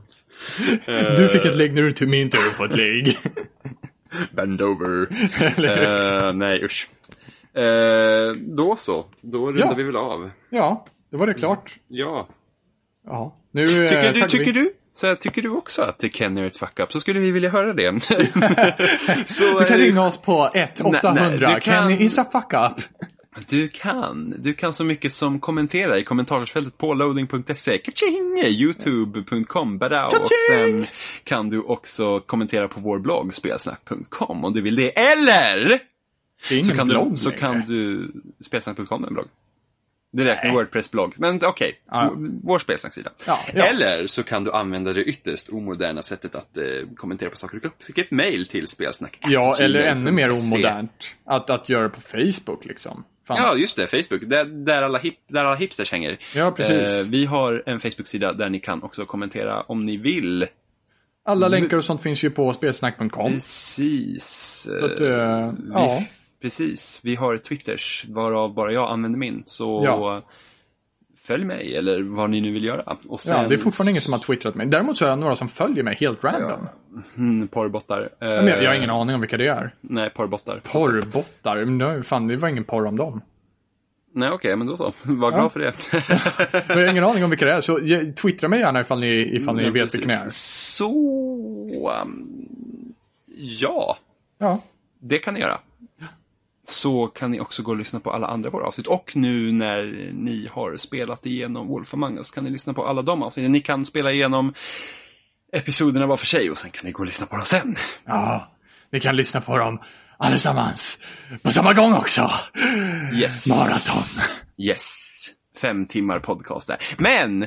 S2: Eh,
S1: Du fick ett ligg när du tog min tur på ett ligg.
S2: Bend over.
S1: Eller hur?
S2: Eh, nej, usch. Eh, då så. Då rundar
S1: Ja.
S2: vi väl av.
S1: Ja, då var det klart.
S2: Ja.
S1: Ja. Nu, eh,
S2: Tycker du,
S1: tackar vi-
S2: tycker du? Så här, tycker du också att Kenny är ett fuck up så skulle vi vilja höra det. så,
S1: Du kan
S2: eh,
S1: ringa oss på 1
S2: Nej, nej,
S1: 800
S2: du kan-
S1: Kenny is a fuck up.
S2: Du kan. Du kan så mycket som kommentera i kommentarsfältet på loading.se, Kaching! youtube.com, badao. Och sen kan du också kommentera på vår blogg spelsnack.com om du vill det. Eller!
S1: Det är ingen
S2: Så kan,
S1: blogg
S2: du, så
S1: längre.
S2: kan du... Spelsnack.com är en blogg. Det räknar Wordpress-blogg. Men okej,
S1: Ja.
S2: v- vår spelsnacksida.
S1: Ja, ja.
S2: Eller så kan du använda det ytterst omoderna sättet att eh, kommentera på saker och ting. Skicka ett mejl till spelsnack.
S1: Ja, eller ännu mer
S2: gmail.se.
S1: omodernt. Att, att göra det på Facebook liksom. Fan.
S2: Ja, just det. Facebook. Där, där, alla, hip, där alla hipsters hänger.
S1: Ja, precis.
S2: Eh, vi har en Facebook-sida där ni kan också kommentera om ni vill.
S1: Alla länkar och sånt finns ju på spelsnack.com.
S2: Precis.
S1: Så att, eh,
S2: Eh,
S1: ja.
S2: vi, precis. Vi har Twitters, varav bara jag använder min. Så
S1: Ja.
S2: följ mig, eller vad ni nu vill göra. Och sen,
S1: Ja, det är fortfarande ingen som har twittrat mig. Däremot så har jag några som följer mig helt random.
S2: Mm, porrbottar. Eh,
S1: Men jag, jag har ingen aning om vilka det är.
S2: Nej, porrbottar.
S1: Porrbottar? Men nu, fan, det var ingen porr om dem.
S2: Nej, okej, men då så. Var glad för det.
S1: Men jag har ingen aning om vilka det är, så ge- twittra mig gärna ifall ni, ifall ni
S2: Ja,
S1: vet vilka ni är.
S2: precis. Så... ehm, ja.
S1: Ja.
S2: Det kan ni göra. Så kan ni också gå och lyssna på alla andra våra avsnitt. Och nu när ni har spelat igenom Wolf Among Us kan ni lyssna på alla de avsnitten. Ni kan spela igenom episoderna var för sig och sen kan ni gå och lyssna på dem sen.
S1: ja, ni kan lyssna på dem allesammans. På samma gång också.
S2: Yes.
S1: Maraton.
S2: Yes. Fem timmar podcast där. Men!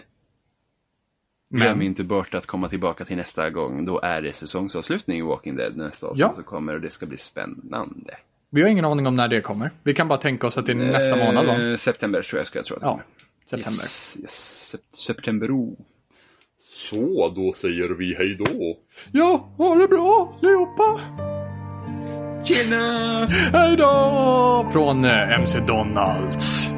S2: Glöm
S1: Men,
S2: inte bort att komma tillbaka till nästa gång. Då är det säsongsavslutning i Walking Dead nästa avsnitt
S1: Ja.
S2: som kommer och det ska bli spännande.
S1: vi har ingen aning om när det kommer. Vi kan bara tänka oss att det är nästa månad då.
S2: Eh, September tror jag, ska jag tro att det
S1: Ja,
S2: kommer.
S1: september.
S2: Yes, yes. Sep- Septembero. Så, då säger vi hej då.
S1: Ja, ha det bra allihopa!
S2: Tjena!
S1: Hej då! Från eh, MC Donalds.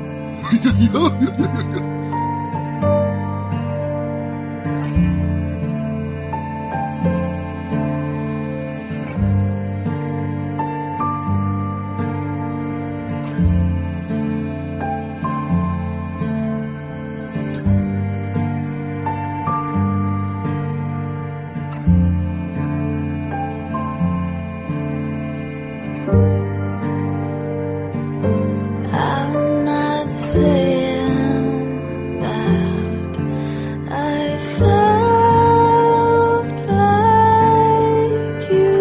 S3: I'm not saying that I felt like you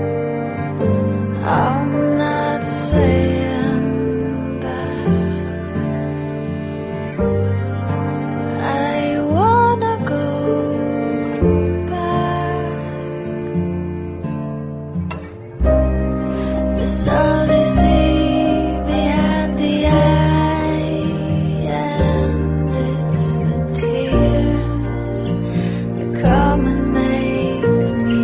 S3: cared. I'm not saying that I wanna go back. The soul is seen behind the eye, and it's the tears that come and make me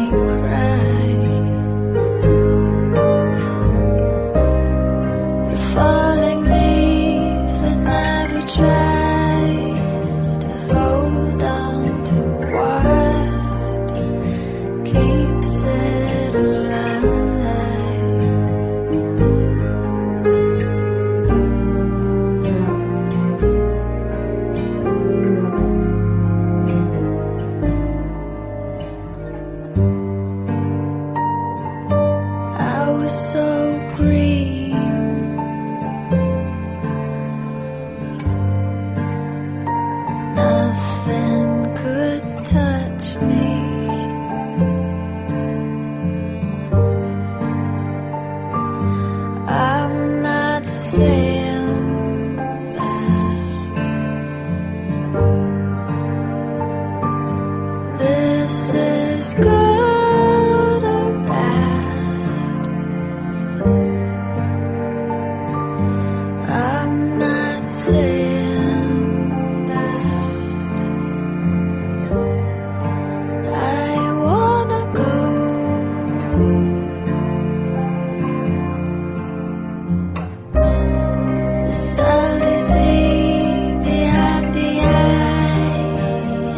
S3: cry. The falling leaf that never tries to hold on to what keeps it alive. I was so green. Nothing could touch me. I'm not saying that this is good or bad. I'm not saying that I wanna go. The solid sea behind the eye,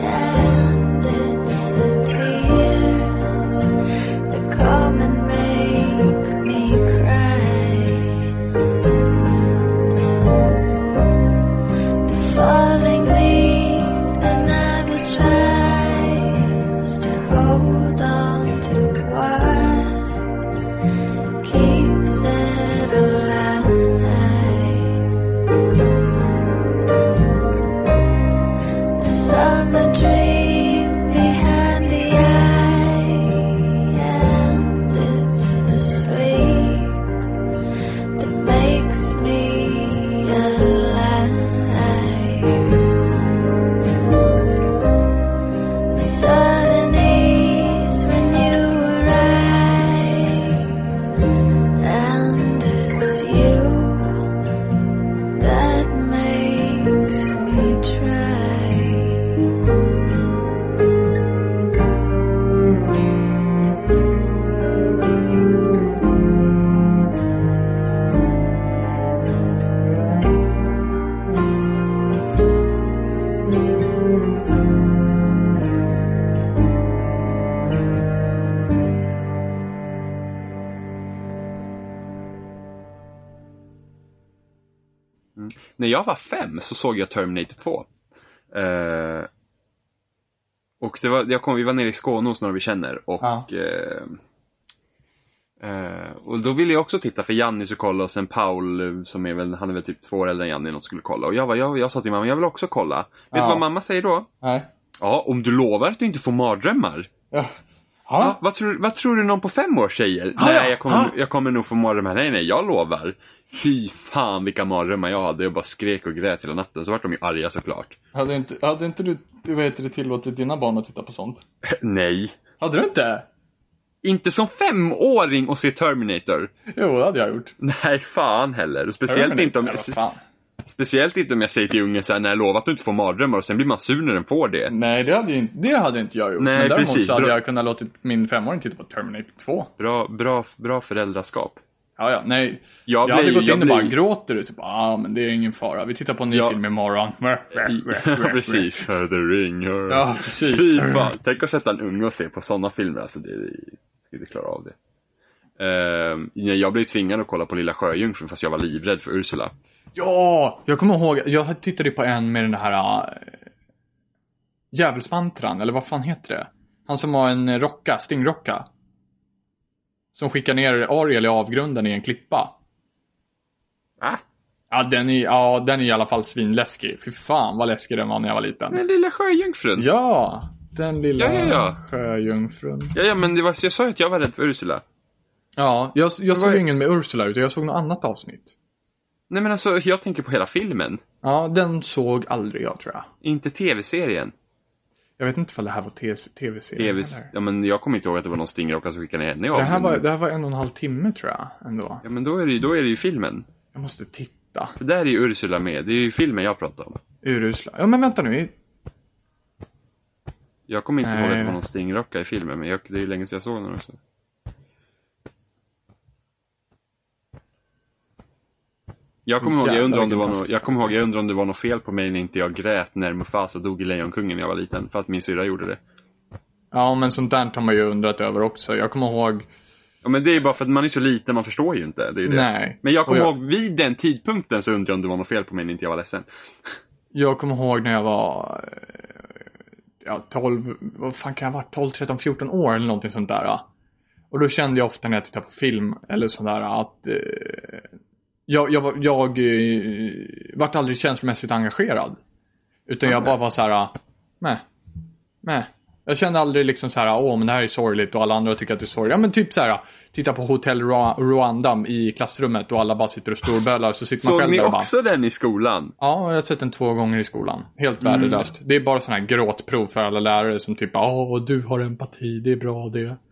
S3: and it's the tears that come and make me cry. falling leaf that never tries to hold on to what keeps it alive. The summer dream behind the eye, and it's the sleep that makes me alive. The sudden ease when you arrive, and it's you that makes me try.
S2: När jag var fem så såg jag Terminator 2. Eh, och det var, jag kom, vi var nere i Skåne hos några vi känner och,
S1: Ja.
S2: eh, eh, och då ville jag också titta för Janni skulle kolla och sen Paul eh, som är väl, han är väl typ två år äldre än Janni något skulle kolla och jag, var, jag, jag sa till mamma, jag vill också kolla. Vet du
S1: Ja.
S2: vad mamma säger då?
S1: Nej.
S2: Ja, om du lovar att du inte får mardrömmar.
S1: Ja.
S2: Ja,
S1: Ja.
S2: vad, tror, vad tror du någon på fem år säger?
S1: Ah,
S2: nej,
S1: ja.
S2: jag, kommer,
S1: Ah.
S2: jag kommer nog få mardrömmar. Nej, nej, jag lovar. Fy fan vilka mardrömmar jag hade. Jag bara skrek och grät hela natten. Så vart de ju arga såklart.
S1: Hade, inte, hade inte du vad heter det, tillåtit dina barn att titta på sånt?
S2: nej.
S1: Hade du inte?
S2: Inte som femåring och se Terminator.
S1: Jo, det hade jag gjort.
S2: Nej, fan heller. Speciellt
S1: Terminator,
S2: inte om...
S1: vad fan.
S2: Speciellt inte om jag säger till ungen så här, när jag lovar att du inte får mardrömmar och sen blir man sur när den får det.
S1: Nej, det hade, ju inte, det hade inte jag gjort.
S2: Nej,
S1: men däremot
S2: precis.
S1: så hade
S2: Bra.
S1: jag kunnat låtit min femåring titta på Terminator 2.
S2: Bra, bra, bra föräldraskap.
S1: Ja, ja, nej.
S2: Jag
S1: Jag, hade
S2: blir-
S1: gått
S2: jag
S1: in och bara,
S2: blir-
S1: gråter du? Typ, ah, men det är ingen fara. Vi tittar på en ny
S2: Ja.
S1: film imorgon.
S2: Ja, precis. Hör The ring. hör.
S1: Ja, precis.
S2: Fy fan. Tänk att sätta en unge och se på sådana filmer. Alltså, det, det, det klarar av det. Ehm, nej, jag blev tvingad att kolla på Lilla Sjöjungfrun fast jag var livrädd för Ursula.
S1: Ja, jag kommer ihåg. Jag tittade ju på en med den här äh, djävulsmantran, eller vad fan heter det? Han som var en rocka, stingrocka. Som skickar ner Ariel i avgrunden i en klippa.
S2: Va?
S1: Ja, den är, ja, den är i alla fall svinläskig. Fy fan vad läskig den var när jag var liten.
S2: Men Lilla Sjöjungfrun. Ja.
S1: Ja, den lilla
S2: Ja, ja, ja.
S1: sjöjungfrun.
S2: Ja, men det var, jag sa ju att jag var rädd för Ursula.
S1: Ja, jag, jag
S2: var
S1: såg
S2: ju-
S1: ju ingen med Ursula utan jag såg något annat avsnitt.
S2: Nej men alltså, jag tänker på hela filmen.
S1: Ja, den såg aldrig jag tror jag.
S2: Inte tv-serien.
S1: Jag vet inte ifall det här var TS tv-serien
S2: TV
S1: eller.
S2: ja, men jag kommer inte ihåg att det var någon stingrocka som skickade ner henne i
S1: Det här,
S2: avgrunden.
S1: var, det här var en och en halv timme tror jag ändå.
S2: Ja men då är, det, ju- då är det ju filmen.
S1: Jag måste titta.
S2: För där är ju Ursula med. Det är ju filmen jag pratar om.
S1: Urusla. Ja men vänta nu.
S2: Jag kommer inte
S1: Nej.
S2: ihåg att det var någon stingrocka i filmen, men jag, det är ju länge sedan jag såg den också. Jag kommer, ihåg, jag,
S1: Jävlar,
S2: undrar om det
S1: vilken
S2: var nå-
S1: taskig
S2: jag kommer ihåg, jag undrar om det var något fel på mig när inte jag grät när Mufasa dog i Lejonkungen när jag var liten, för att min syrra gjorde det.
S1: Ja men sånt där har man ju undrat över också. Jag kommer ihåg.
S2: Ja, men det är bara för att man är så liten, man förstår ju inte. Det är ju det.
S1: Nej.
S2: Men jag kommer
S1: Och
S2: ihåg, vid den tidpunkten så undrar jag om det var något fel på mig när inte jag var ledsen.
S1: Jag kommer ihåg när jag var eh, ja, 12, vad fan kan jag ha varit, 12, 13, 14 år eller någonting sånt där. ja. Och då kände jag ofta när jag tittade på film eller sådär att eh, jag, jag, var- jag eh, vart aldrig känslomässigt engagerad. Utan jag
S2: Nej.
S1: bara var så här, eh, meh, meh. Jag kände aldrig liksom så här, åh men det här är sorgligt och alla andra tycker att det är sorgligt. Ja men typ så här, titta på Hotel Rwa- Rwanda i klassrummet och alla bara sitter och storbölar så sitter man
S2: Såg
S1: själv
S2: ni
S1: där och bara,
S2: också den i skolan?
S1: Ja, jag har sett den två gånger i skolan. Helt värdelöst. Det är bara sådana här gråtprov för alla lärare som typ Åh, du har empati, det är bra det.